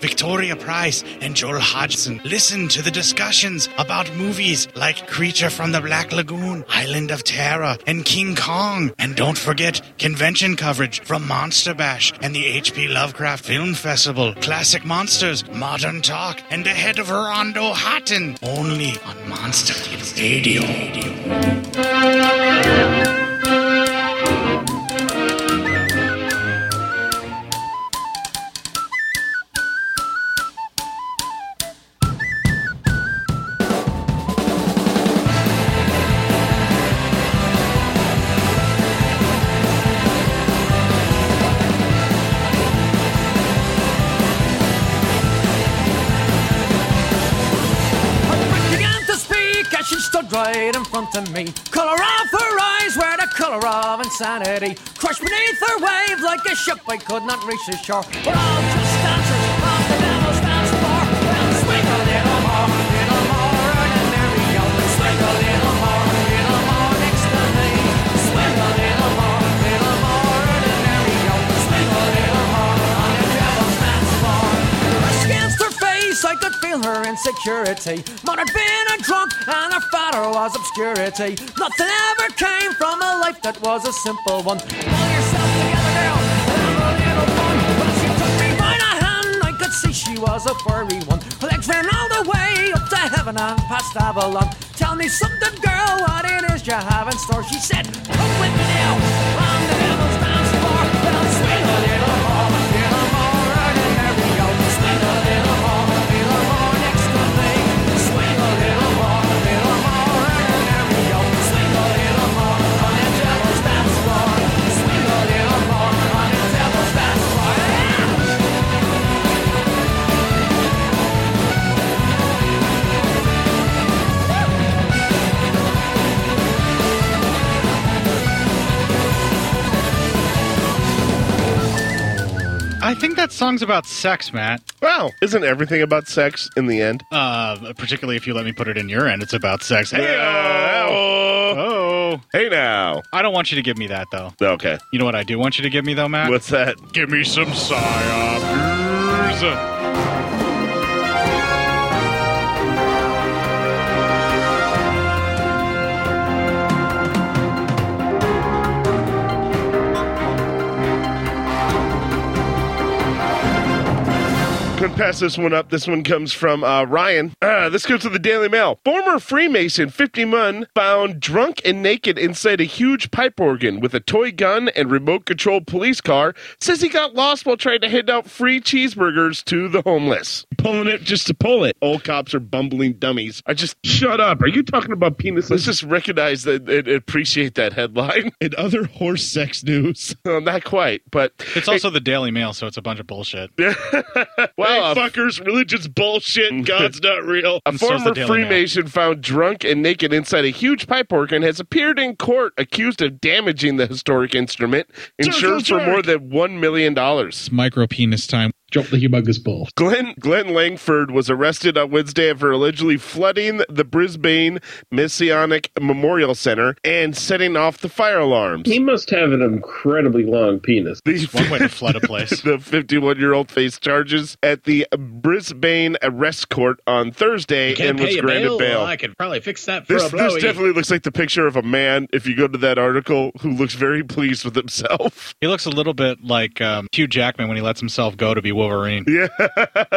Victoria Price, and Joel Hodgson. Listen to the discussions about movies like Creature from the Black Lagoon, Island of Terror, and King Kong. And don't forget convention coverage from Monster Bash and the H.P. Lovecraft Film Festival, Classic Monsters, Modern Talk, and Ahead of Rondo Houghton. Only on Monster Kid Radio.
Began to speak as she stood right in front of me. Color of her eyes were the color of insanity. Crushed beneath her wave like a ship I could not reach the shore. We're all just dancers of the devil's dance floor. Well, swing a little more, little more, and then there we go. Swing a little more, little more next to me. Swing a little more, little more, and then there we go. Swing a little more on the devil's dance floor. Pressed Against her face, I could feel her insecurity. Mother been a drunk, and her father was obscurity. Nothing ever came from a life that was a simple one. Pull yourself together, girl. Have a little fun. Well, she took me by the hand. I could see she was a furry one. Her legs ran all the way up to heaven and past Avalon. Tell me something, girl, what it is you have in store? She said, Come with me now. On the devil's dance floor. Well, swing a little more, little more, and then there we go. Swing a little more, little more next to me. Swing a little more, little more, and then there we go. Swing a little more on the devil's dance floor. Swing a little more on the devil's dance floor.
I think that song's about sex, Matt.
Wow. Isn't everything about sex in the end?
Uh, particularly if you let me put it in your end, it's about sex. Hey, oh.
Hey now.
I don't want you to give me that, though.
Okay.
You know what I do want you to give me, though, Matt?
What's that?
Give me some Oh. PSYOP news.
Couldn't pass this one up. This one comes from uh, Ryan. Uh, this goes to the Daily Mail. Former Freemason 51 found drunk and naked inside a huge pipe organ with a toy gun and remote control police car. Says he got lost while trying to hand out free cheeseburgers to the homeless. Pulling it just to pull it. Old cops are bumbling dummies. I just shut up. Are you talking about penises? Let's just recognize that and appreciate that headline. And other horse sex news. Well, not quite, but
It's also the Daily Mail, so it's a bunch of bullshit.
Wow, fuckers, religion's bullshit. God's not real. um, A
And so's the
former
Daily Mail.
Freemason found drunk and naked inside a huge pipe organ has appeared in court accused of damaging the historic instrument, insured
Circle
for more than $1 million.
Micro penis time.
Drop the humongous ball.
Glenn Glenn Langford was arrested on Wednesday after allegedly flooding the Brisbane Messianic Memorial Center and setting off the fire alarms.
He must have an incredibly long penis.
one way to flood a place.
the 51 year old faced charges at the Brisbane arrest court on Thursday and was granted bail.
I could probably fix that for
This,
a blowy.
this definitely looks like the picture of a man, if you go to that article, who looks very pleased with himself.
He looks a little bit like um, Hugh Jackman when he lets himself go to be Wolverine.
Yeah.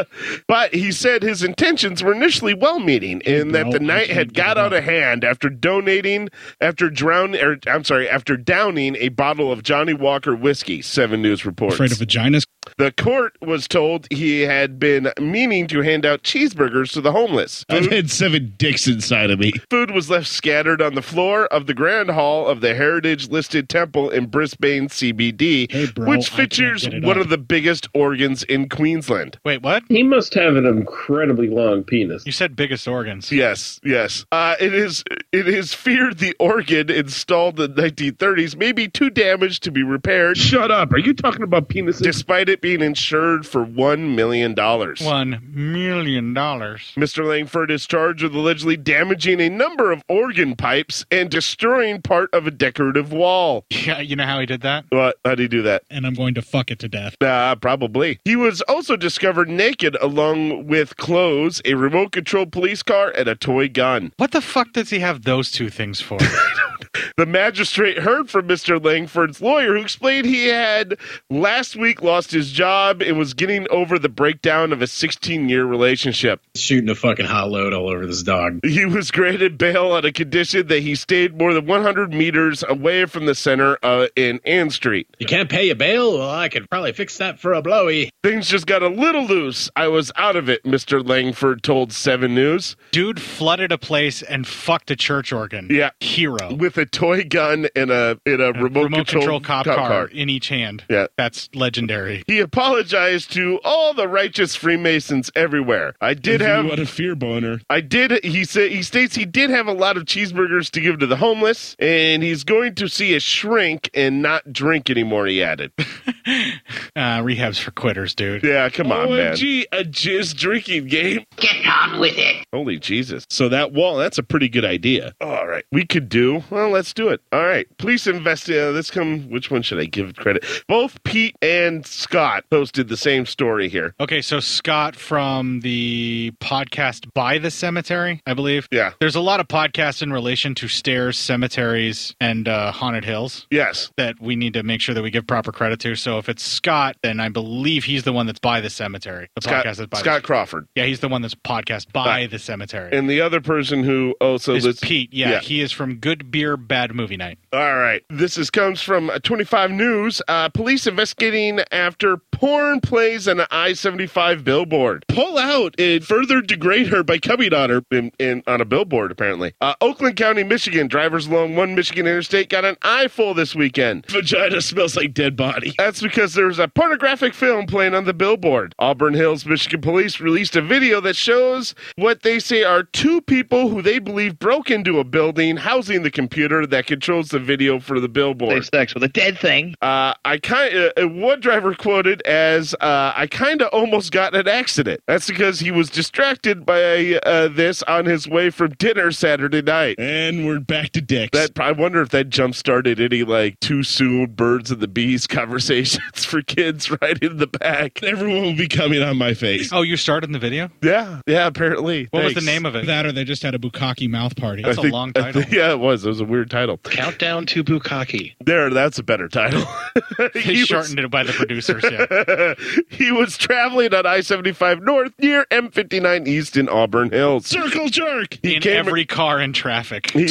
but he said his intentions were initially well meaning and that the night had got out of hand after donating after drown or I'm sorry, after downing a bottle of Johnny Walker whiskey, seven news reports.
Afraid of vaginas?
the court was told he had been meaning to hand out cheeseburgers to the homeless.
I've had seven dicks inside of me.
Food was left scattered on the floor of the Grand Hall of the Heritage Listed Temple in Brisbane CBD, which
I can't
features
get it
one
up.
of the biggest organs in Queensland.
Wait, what?
He must have an incredibly long penis.
You said biggest organs.
Yes, yes. Uh, it is. It is feared the organ installed in the 1930s may be too damaged to be repaired. Shut up! Are you talking about penises? Despite it being insured for one million dollars.
One million dollars.
Mr. Langford is charged with allegedly damaging a number of organ pipes and destroying part of a decorative wall.
Yeah, you know how he did that?
What? How'd he do that?
And I'm going to fuck it to death.
Uh, probably. He was also discovered naked along with clothes, a remote control police car, and a toy gun.
What the fuck does he have those two things for?
The magistrate heard from Mr. Langford's lawyer, who explained he had last week lost his job and was getting over the breakdown of a 16 year relationship.
Shooting a fucking hot load all over this dog.
He was granted bail on a condition that he stayed more than 100 meters away from the center uh, in Ann Street.
You can't pay a bail? Well, I could probably fix that for a blowy.
Things just got a little loose. I was out of it, Mr. Langford told 7 News.
Dude flooded a place and fucked a church organ.
Yeah.
Hero.
With a toy gun and a, and a, remote,
Remote control cop, car,
car.
in each hand.
Yeah.
That's legendary.
He apologized to all the righteous Freemasons everywhere. I did
If you
have
had a fear boner.
I did. He said he states he did have a lot of cheeseburgers to give to the homeless, and he's going to see a shrink and not drink anymore. He added,
Uh, rehab's for quitters, dude. Oh,
"Yeah, come on, man.
OMG, a jizz drinking game.
Get on with it." Holy Jesus! So that wall—that's a pretty good idea. All right, we could do. Well, let's do it. All right, police investigate. Uh, let's come. Which one should I give credit? Both Pete and Scott posted the same story here.
Okay, so Scott from the podcast By the Cemetery, I believe.
Yeah.
There's a lot of podcasts in relation to stairs, cemeteries, and uh, haunted hills.
Yes.
That we need to make sure that we give proper credit to. So if it's Scott, then I believe he's the one that's by the cemetery. The
Scott,
podcast that's by
Scott
the
Crawford.
Yeah, he's the one that's podcast by the cemetery.
And the other person who also
Is
this-
Pete, yeah, he is from Good Beer Bad Movie Night.
All right. This is comes from uh, 25 News. Uh, police investigating after porn plays on an I-75 billboard. Pull out and further degrade her by coming on her in, in, on a billboard, apparently. Uh, Oakland County, Michigan. Drivers along one Michigan interstate got an eye full this weekend. Vagina smells like dead body. That's because there was a pornographic film playing on the billboard. Auburn Hills, Michigan police released a video that shows what they say are two people who they believe broke into a building housing the computer that controls the video for the billboard. They
sex with a dead thing.
Uh, I kind uh, one driver quoted as uh, I kind of almost got in an accident. That's because he was distracted by uh, this on his way from dinner Saturday night.
And we're back to dicks.
That I wonder if that jump started any like too soon birds and the bees conversations for kids right in the back.
Everyone will be coming on my face.
Oh, you started in the video?
Yeah, yeah. Apparently.
What was
Thanks.
the name of it? That or they just had a bukkake mouth party.
I
That's
think-
a long
I
title.
think- yeah, it was. It was a weird title.
Countdown to Bukaki.
There, that's a better title.
They shortened it by the producers, yeah.
he was traveling on I seventy five north near M fifty nine east in Auburn Hills.
Circle jerk.
He
in
came-
every car in traffic.
He-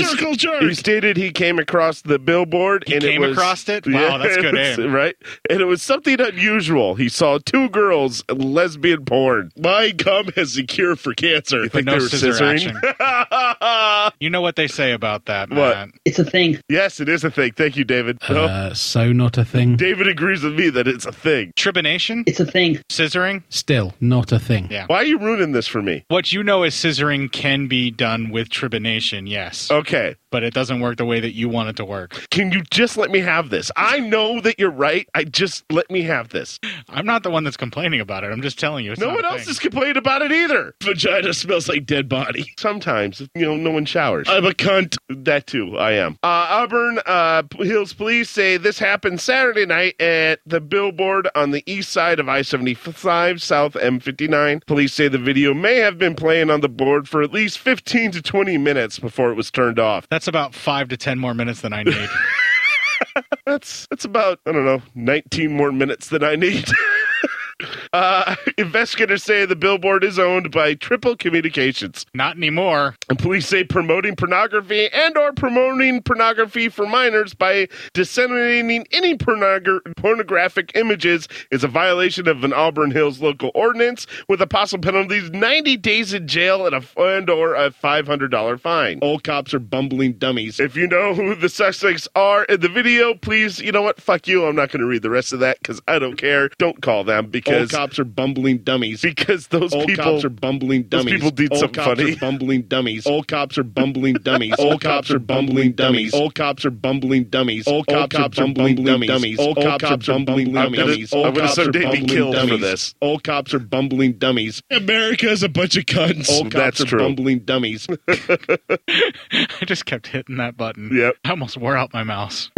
He stated he came across the billboard and
came
it was,
across it? Wow, that's good
it was-
aim.
right? And it was something unusual. He saw two girls in lesbian porn. My cum has a cure for cancer. You
But
think
no
they were
scissor
scissoring?
action. you know what they say about that, man.
It's a thing. Yes, it is a thing. Thank you, David. No.
Uh, So not a thing.
David agrees with me that it's a thing.
Trip divination?
It's a thing.
Scissoring?
Still not a thing.
Yeah.
Why are you ruining this for me?
What you know is scissoring can be done with tribination, yes.
Okay.
But it doesn't work the way that you want it to work.
Can you just let me have this? I know that you're right. I just let me have this.
I'm not the one that's complaining about it. I'm just telling you. It's
no
not
one
a
else
thing.
has complained about it either. Vagina smells like dead body. Sometimes, you know, no one showers. I'm a cunt. That too, I am. Uh, Auburn uh, P- Hills Police say this happened Saturday night at the billboard on the east side of I 75 South M59. Police say the video may have been playing on the board for at least 15 to 20 minutes before it was turned off.
That's about five to ten more minutes than I need.
That's that's about I don't know 19 more minutes than I need. Uh, investigators say the billboard is owned by Triple Communications.
Not anymore.
And police say promoting pornography and or promoting pornography for minors by disseminating any pornog- pornographic images is a violation of an Auburn Hills local ordinance with a possible penalty of 90 days in jail and a and or a $500 fine. All cops are bumbling dummies. If you know who the suspects are in the video, please, you know what? Fuck you. I'm not going to read the rest of that because I don't care. Don't call them because
All cops are bumbling dummies.
Because those
All
people-
cops are bumbling
those
dummies.
people did
All
something
cops
funny.
Are bumbling dummies. All cops are bumbling dummies. All cops are bumbling dummies. All cops are bumbling dummies. All cops are bumbling dummies. All cops are bumbling
I'm gonna-
dummies.
I'm
All
gonna
cops are
someday be
bumbling
killed for
dummies.
this.
All cops are bumbling dummies. America is a bunch of cunts.
All
All
cops
cops
That's are
are
true.
bumbling dummies.
I just kept hitting that button.
Yep.
I almost wore out my mouse.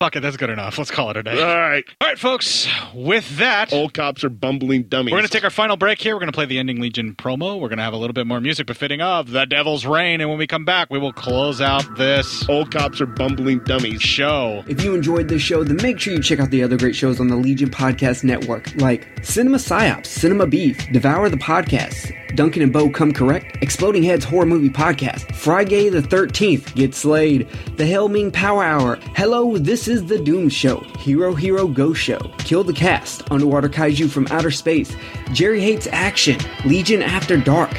Fuck it, that's good enough. Let's call it a day.
Ah,
All right.
All right, folks. With that,
all cops are bumbling dummies.
We're going to take our final break here. We're going to play the Ending Legion promo. We're going to have a little bit more music befitting of The Devil's Reign. And when we come back, we will close out this
Old Cops Are Bumbling Dummies
show.
If you enjoyed this show, then make sure you check out the other great shows on the Legion Podcast Network, like Cinema Psyops, Cinema Beef, Devour the Podcast, Duncan and Bo Come Correct, Exploding Heads Horror Movie Podcast, Friday the 13th, Get Slayed, The Helming Power Hour, Hello, This is the Doom Show, Hero Hero Go Show, Kill the Cast, Underwater Kaiju from Outer Space, Jerry Hates Action, Legion After Dark,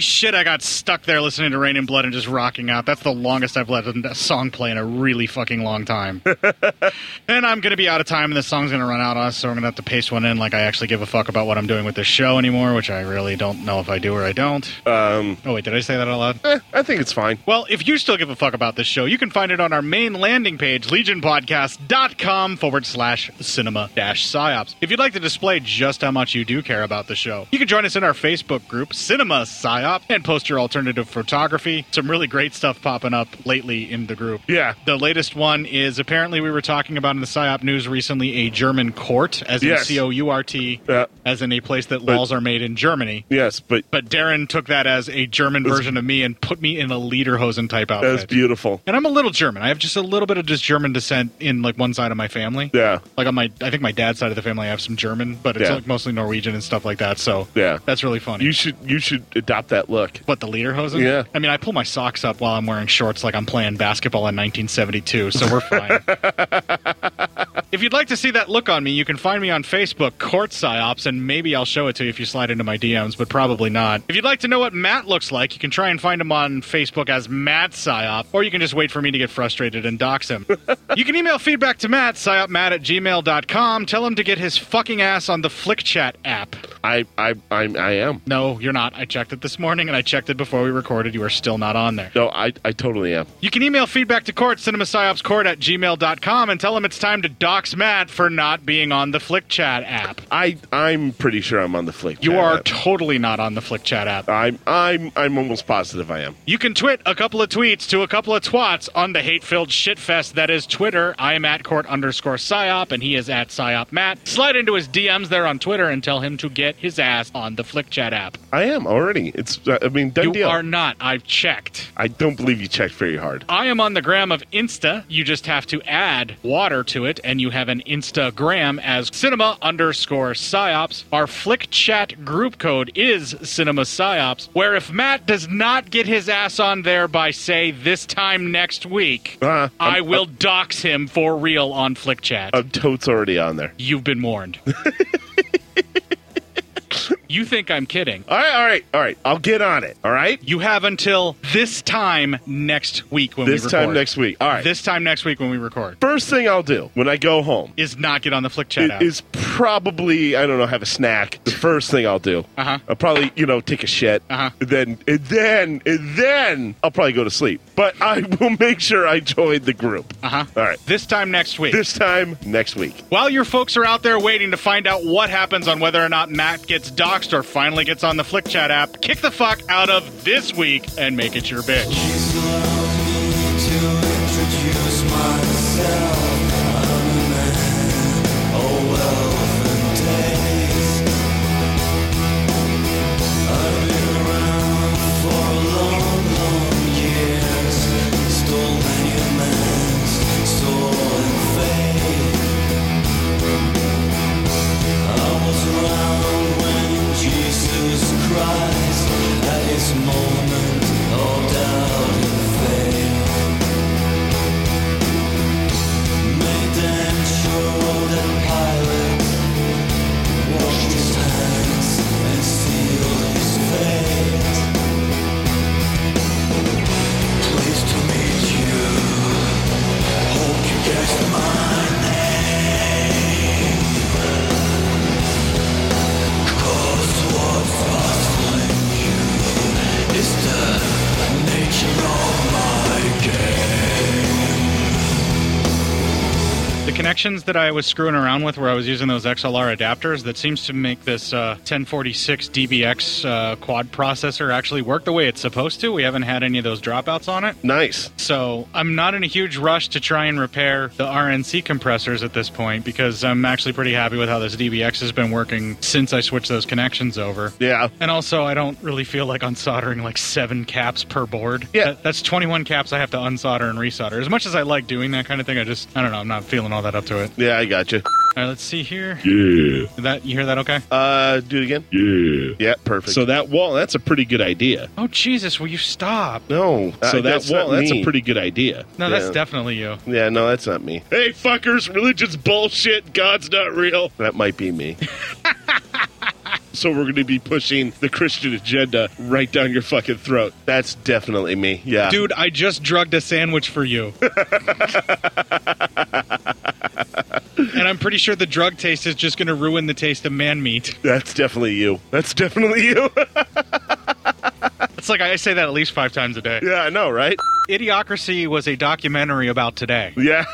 shit, I got stuck there listening to Rain and Blood and just rocking out. That's the longest I've let a song play in a really fucking long time. and I'm going to be out of time, and this song's going to run out on us, so I'm going to have to paste one in like I actually give a fuck about what I'm doing with this show anymore, which I really don't know if I do or I don't.
Um, eh,
oh, wait, did I say that out loud?
I think it's fine.
Well, if you still give a fuck about this show, you can find it on our main landing page, legionpodcast.com forward slash cinema dash psyops. If you'd like to display just how much you do care about the show, you can join us in our Facebook group, Cinema Psyop, and post your alternative photography. Some really great stuff popping up lately in the group.
Yeah.
The latest one is apparently we were talking about in the Psyop news recently a German court, as in
Yes.
C O U R T,
Yeah.
as in a place that laws are made in Germany.
Yes, but
But Darren took that as a German version of me and put me in a leaderhosen type outfit.
that's beautiful.
And I'm a little German. I have just a little bit of just German descent in like one side of my family.
Yeah.
Like on my, I think my dad's side of the family, I have some German, but it's
Yeah.
like mostly Norwegian and stuff like that. So
Yeah.
that's really funny.
You should you should adopt that look.
What the leaderhosen?
Yeah.
I mean, I pull my socks up while I'm wearing shorts, like I'm playing basketball in 1972. So we're fine. if you'd like to see that look on me, you can find me on Facebook, Court Psyops, and maybe I'll show it to you if you slide into my DMs, but probably not. If you'd like to know what Matt looks like, you can try and find him on Facebook as Matt Psyop, or you can just wait for me to get frustrated and dox him. you can email feedback to Matt, psyopmatt at gmail.com. Tell him to get his fucking ass on the Flick Chat app.
I I I'm, I am.
No, you're not. I checked it this morning, and I checked it before we recorded. You are still not on there.
No, I I totally am.
You can email feedback to court, cinemasciopscourt at gmail.com, and tell him it's time to dox Matt for not being on the Flick Chat app.
I I'm pretty sure I'm on the flick.
You
chat
are
app.
totally not on the Flick Chat app.
I'm I'm I'm almost positive I am.
You can twit a couple of tweets to a couple of twats on the hate-filled shitfest that is Twitter. I am at court underscore psyop, and he is at psyop Matt. Slide into his DMs there on Twitter and tell him to get his ass on the Flick Chat app.
I am already. It's uh, I mean done
you
deal.
are not. I've checked.
I don't believe you checked very hard.
I am on the gram of Insta. You just have to add water to it, and you have an Instagram as cinema underscore psyops. Our Flick Chat group code is cinema psyops, where if Matt does not get his ass on there by, say, this time next week,
Uh,
I will dox him for real on Flick Chat.
Um, totes already on there.
You've been warned. you think I'm kidding.
All right, all right, all right. I'll get on it. All right.
You have until this time next week when we
This
record.
time next week. All right.
This time next week when we record.
First thing I'll do when I go home
is not get on the Flick Chat
i-
app.
is probably I don't know have a snack. The first thing I'll do.
Uh-huh.
I'll probably you know take a shit. Uh-huh. Then and then and then I'll probably go to sleep. But I will make sure I join the group.
Uh-huh.
All right.
This time next week.
This time next week.
While your folks are out there waiting to find out what happens on whether or not Matt gets doxxed or finally gets on the Flick Chat app, kick the fuck out of this week and make it your bitch.
Christ, at his moment of doubt and faith. Made them sure that Pilate washed his hands and sealed his fate. Pleased to meet you. Hope you guessed my name. Cause what's puzzling you is the nature of my game.
The connections that I was screwing around with, where I was using those XLR adapters, that seems to make this uh, 1046 DBX uh, quad processor actually work the way it's supposed to. We haven't had any of those dropouts on it.
Nice.
So I'm not in a huge rush to try and repair the RNC compressors at this point because I'm actually pretty happy with how this DBX has been working since I switched those connections over.
Yeah.
And also, I don't really feel like unsoldering like seven caps per board. Yeah. that's 21 caps I have to unsolder and resolder. As much as I like doing that kind of thing, I just, I don't know, I'm not feeling all that up to it.
Yeah, I got you.
All right, let's see here.
Yeah.
Did That You hear that okay?
Uh, do it again. Yeah. Yeah. Perfect. So that wall. That's a pretty good idea.
Oh, Jesus, will you stop?
No.
So
uh,
that
that's
wall-
not
that's a
me.
pretty
good idea.
No, that's definitely you.
Yeah, no, that's not me. Hey, fuckers! Religion's bullshit. God's not real. That might be me. so we're going to be pushing the Christian agenda right down your fucking throat. That's definitely me. Yeah.
Dude, I just drugged a sandwich for you. and I'm pretty sure the drug taste is just going to ruin the taste of man meat.
That's definitely you. That's definitely you.
It's like I say that at least five times a day.
Yeah, I know, right?
Idiocracy was a documentary about today.
Yeah.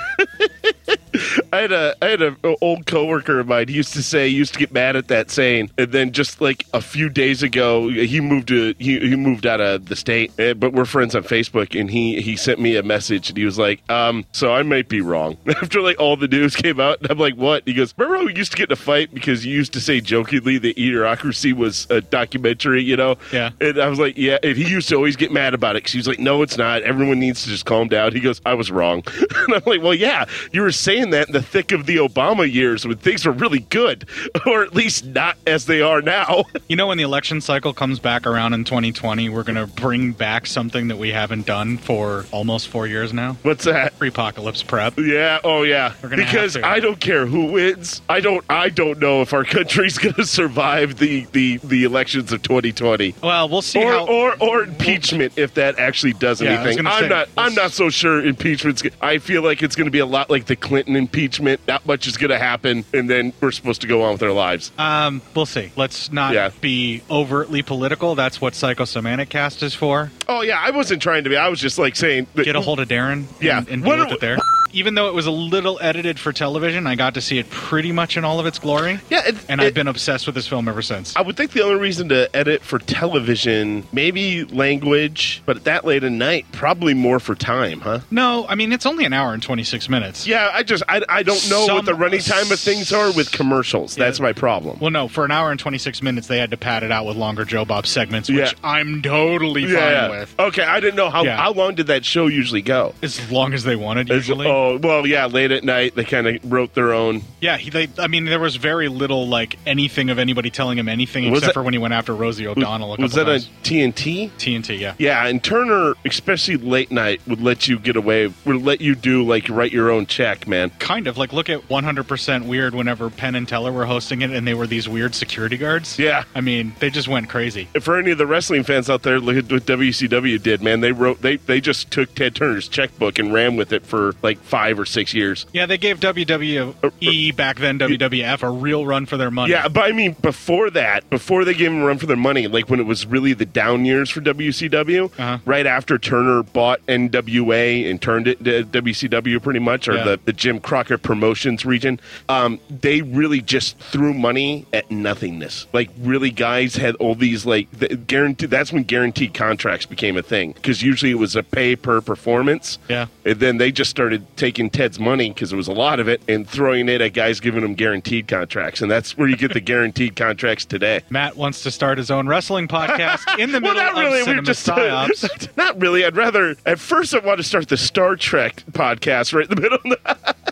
I had a I had an old coworker of mine. He used to say he used to get mad at that saying, and then just like a few days ago, he moved to he, he moved out of the state. eh, But we're friends on Facebook, and he he sent me a message, and he was like, um, so I might be wrong. After like all the news came out, and I'm like, what? He goes, remember how we used to get in a fight because you used to say jokingly that Idiocracy was a documentary, you know?
Yeah.
And I was like, yeah. And he used to always get mad about it because he was like, no, it's not. Everyone needs to just calm down. He goes, I was wrong. and I'm like, well, yeah, you were saying that in the thick of the Obama years when things were really good, or at least not as they are now.
You know, when the election cycle comes back around in 2020, we're going to bring back something that we haven't done for almost four years now.
What's that?
Pre-apocalypse prep.
Yeah. Oh, yeah.
gonna have
Because
to.
I don't care who wins. I don't. I don't know if our country's going to survive the, the the elections of 2020.
Well, we'll see
or,
how-
or or impeachment if that actually does
Yeah, I was
anything.
gonna
I'm
say,
not. I'm not so sure impeachment's. g- I feel like it's going to be a lot like the Clinton impeachment. Not much is going to happen, and then we're supposed to go on with our lives.
Um, we'll see. Let's not
Yeah.
be overtly political. That's what Psychosemantic Cast is for.
Oh yeah, I wasn't trying to be. I was just like saying. That,
Get a hold of Darren.
Yeah.
and, and
What
deal
do-
with it there. Even though it was a little edited for television, I got to see it pretty much in all of its glory.
Yeah,
and I've been obsessed with this film ever since.
I would think the only reason to edit for television, maybe language, but that late at night, probably more for time, huh?
No, I mean it's only an hour and twenty six minutes.
Yeah, I just I, I don't know
Some-
what the running time of things are with commercials. That's my problem.
Well, no, for an hour and twenty six minutes, they had to pad it out with longer Joe Bob segments, which
Yeah.
I'm totally fine with.
Okay, I didn't know how
Yeah.
how long did that show usually go?
As long as they wanted, usually.
oh well, yeah, late at night they kind of wrote their own.
Yeah, he, they, I mean, there was very little like anything of anybody telling him anything
Was
except
that-
for when he went after Rosie O'Donnell. a
was that
couple
on
times.
TNT?
TNT, yeah.
Yeah, and Turner, especially late night, would let you get away. Would let you do like write your own check, man.
Kind of like look at 100% weird whenever Penn and Teller were hosting it and they were these weird security guards.
Yeah.
I mean, they just went crazy.
If for any of the wrestling fans out there, look at what WCW did, man. They wrote they they just took Ted Turner's checkbook and ran with it for like five or six years.
Yeah, they gave WWE back then WWF a real run for their money.
Uh, Yeah, but I mean, before that, before they gave him a run for their money, like when it was really the down years for WCW, right after Turner bought NWA and turned it to WCW pretty much, or
Yeah.
the, the Jim Crockett Promotions region, um, they really just threw money at nothingness. Like, really, guys had all these, like, the, guarantee. That's when guaranteed contracts became a thing, because usually it was a pay per performance.
Yeah.
And then they just started taking Ted's money because it was a lot of it and throwing it at guys giving them guaranteed contracts. And that's where you get the guaranteed contracts today.
Matt wants to start his own wrestling podcast in the middle of Cinema Psyops.
uh, not really. I'd rather, at first, I want to start the Star Trek podcast right in the middle.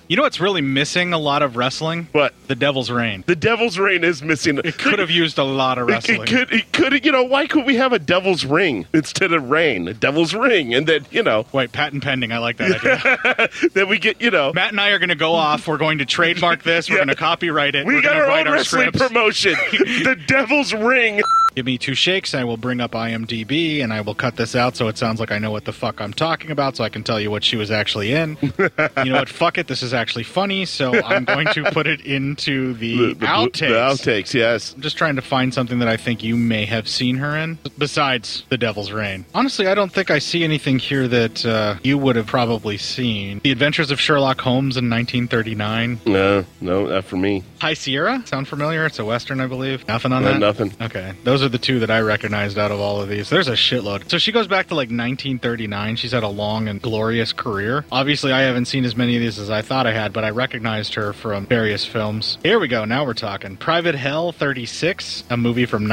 you know what's really missing a lot of wrestling?
What?
The Devil's Reign.
The Devil's Reign is missing. It
could have used a lot of
It,
wrestling.
it could, it could, you know, why could we have a devil's ring instead of rain? A devil's ring, and then you know,
wait, patent pending. I like that idea.
then we get, you know,
Matt and I are going to go off. We're going to trademark this. We're going to copyright it.
We
We're
got
gonna
our
write
own wrestling
scripts.
promotion. the Devil's Ring.
Give me two shakes. I will bring up IMDb and I will cut this out so it sounds like I know what the fuck I'm talking about so I can tell you what she was actually in. you know what? Fuck it. This is actually funny. So I'm going to put it into the,
the- the
outtakes.
outtakes, yes.
I'm just trying to find something that I think you may have seen her in besides The Devil's Reign. Honestly, I don't think I see anything here that uh, you would have probably seen. The Adventures of Sherlock Holmes in 1939.
No, no, not for me.
High Sierra? Sound familiar? It's a Western, I believe. Nothing on
No,
that?
nothing.
Okay. Those are the two that I recognized out of all of these. There's a shitload. So she goes back to like 1939. She's had a long and glorious career. Obviously, I haven't seen as many of these as I thought I had, but I recognized her from various films. Here we go. Now we're talking. Private Hell 36, a movie from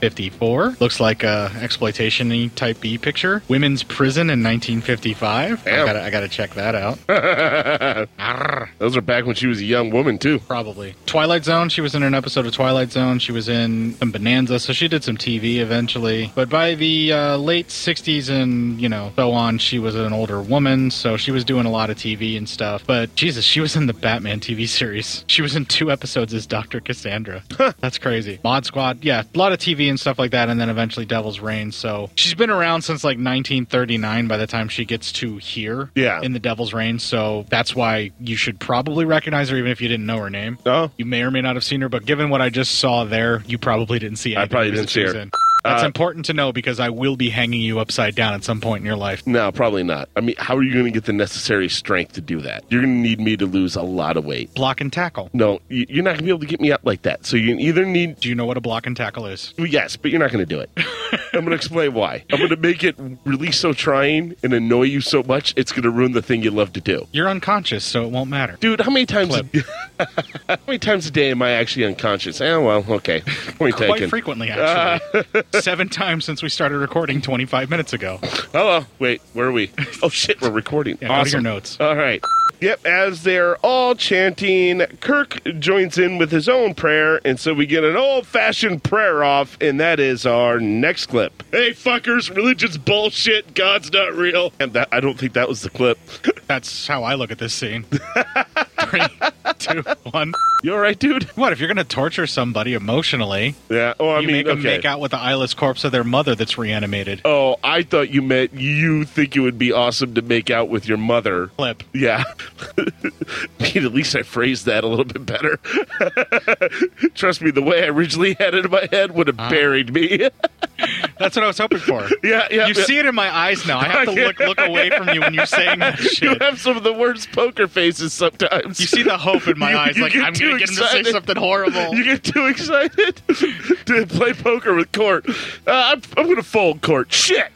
1954. Looks like a exploitation type B picture. Women's Prison in 1955. I gotta, I gotta check that out. Arr.
Those are back when she was a young woman too.
Probably. Twilight Zone. She was in an episode of Twilight Zone. She was in some Bonanza. So she did some TV eventually. But by the uh, late 60s and, you know, so on, she was an older woman. So she was doing a lot of TV and stuff. But Jesus, she was in the Batman TV series. She was in two episodes as Dr. Cassandra. That's crazy. Mod Squad. Yeah, a lot of TV and stuff like that. And then eventually Devil's Reign. So she's been around since like 1939 by the time she gets to here
Yeah.
in the Devil's Reign. So that's why you should probably recognize her, even if you didn't know her name. Oh. You may or may not have seen her, but given what I just saw there, you probably didn't see.
I
anything
probably
that
didn't
she
see
was
her.
in. That's
Uh,
important to know because I will be hanging you upside down at some point in your life.
No, probably not. I mean, how are you going to get the necessary strength to do that? You're going to need me to lose a lot of weight.
Block and tackle.
No, you- you're not going to be able to get me up like that. So you either need.
Do you know what a block and tackle is?
Yes, but you're not going to do it. I'm going to explain why. I'm going to make it really so trying and annoy you so much, it's going to ruin the thing you love to do.
You're unconscious, so it won't matter.
Dude, how many times? How many times a day am I actually unconscious? Eh, well, okay. Point
Quite
taken. Uh,
frequently, actually. Seven times since we started recording 25 minutes ago.
Hello. Wait, where are we? Oh shit, we're recording.
Yeah, go to your notes.
All right. Yep, as they're all chanting, Kirk joins in with his own prayer, and so we get an old fashioned prayer off, and that is our next clip. Hey, fuckers, religion's bullshit, God's not real. And that, I don't think that was the clip.
That's how I look at this scene. Three, two, one.
You all right, dude?
What if you're going to torture somebody emotionally?
Yeah. Oh, I
you
mean,
make them
okay.
make out with the eyeless corpse of their mother that's reanimated.
Oh, I thought you meant you think it would be awesome to make out with your mother.
Clip.
Yeah. Pete, at least I phrased that a little bit better. Trust me, the way I originally had it in my head would have buried me.
Ah. That's what I was hoping for.
yeah, yeah.
You see it in my eyes now. I have to look look away from you when you're saying that
You
shit.
have some of the worst poker faces sometimes.
You see the hope in my
You-
eyes,
you
like I'm
too
gonna get him to say
excited.
something horrible.
You get too excited to play poker with Court. Uh, I'm, I'm going to fold Court. Shit.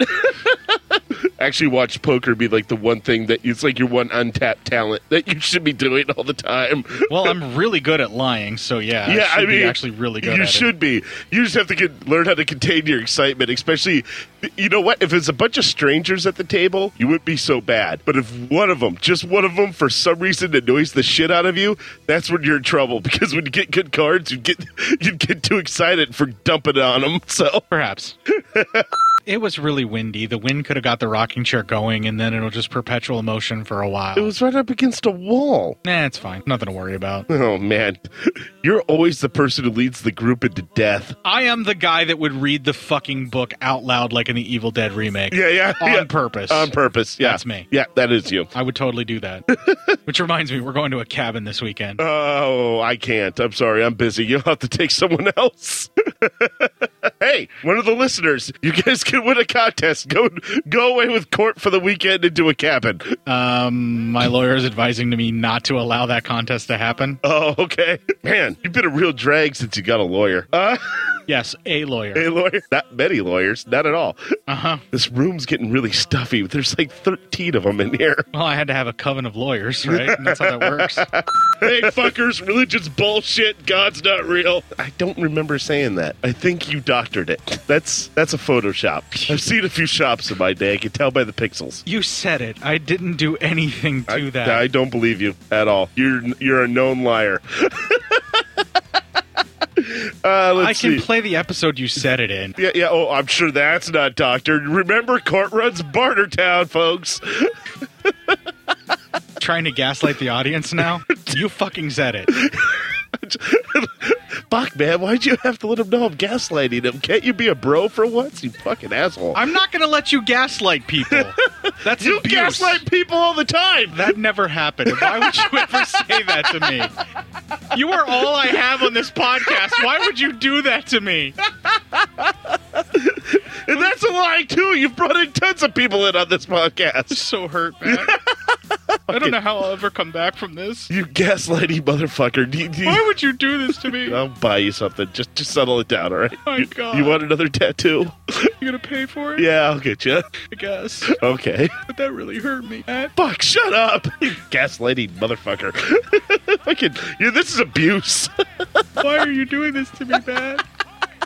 Actually, watch poker be like the one thing that it's like your one untapped talent that you should be doing all the time.
well, I'm really good at lying, so yeah.
yeah,
should
I
be
mean,
actually really good.
You
at it.
should be. You just have to get, learn how to contain your excitement, especially. You know what? If it's a bunch of strangers at the table, you wouldn't be so bad. But if one of them, just one of them, for some reason annoys the shit out of you, that's when you're in trouble. Because when you get good cards, you get you get too excited for dumping on them. So
perhaps. It was really windy. The wind could have got the rocking chair going, and then it'll just perpetual motion for a while.
It was right up against a wall.
Nah, it's fine. Nothing to worry about.
Oh man, you're always the person who leads the group into death.
I am the guy that would read the fucking book out loud like in the Evil Dead remake.
Yeah, yeah,
On
yeah.
purpose.
On purpose. Yeah,
That's me.
Yeah, that is you.
I would totally do that. Which reminds me, we're going to a cabin this weekend.
Oh, I can't. I'm sorry. I'm busy. You'll have to take someone else. hey, one of the listeners, you guys can win a contest. Go go away with court for the weekend into a cabin.
Um, my lawyer is advising me not to allow that contest to happen.
Oh, okay. Man, you've been a real drag since you got a lawyer. Uh,
Yes, a lawyer.
a lawyer? Not many lawyers. Not at all.
Uh-huh.
This room's getting really stuffy. There's like 13 of them in here.
Well, I had to have a coven of lawyers, right? And that's how that works.
hey, fuckers, religion's bullshit. God's not real. I don't remember saying that. I think you doctored it. That's that's a Photoshop. I've seen a few shops in my day. I can tell by the pixels.
You said it. I didn't do anything to
I,
that.
I don't believe you at all. You're you're a known liar. uh, let's
I can
see.
play the episode you said it in.
yeah, yeah. Oh, I'm sure that's not doctored. Remember, court runs Bartertown, folks.
Trying to gaslight the audience now? You fucking said it.
Fuck, man. Why'd you have to let him know I'm gaslighting him? Can't you be a bro for once? You fucking asshole.
I'm not going to let you gaslight people. That's
you
abuse.
gaslight people all the time.
That never happened. Why would you ever say that to me? You are all I have on this podcast. Why would you do that to me?
And that's a lie too. You've brought in tons of people in on this podcast.
So hurt, man. I don't know how I'll ever come back from this.
You gaslighting motherfucker. Do you- do you-
Why would you do this to me?
I'll buy you something. Just just settle it down, all right?
My
you,
God.
you want another tattoo?
You gonna pay for it?
yeah, I'll get you.
I guess. Eh.
Okay.
But that really hurt me.
Fuck, shut up. You gaslighting motherfucker. Fucking, yeah, this is abuse.
Why are you doing this to me, Matt?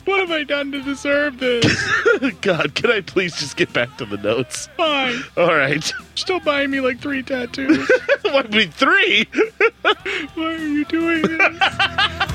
What have I done to deserve this?
God, can I please just get back to the notes?
Fine.
All right.
Still buying me like three tattoos.
what, three?
Why are you doing this?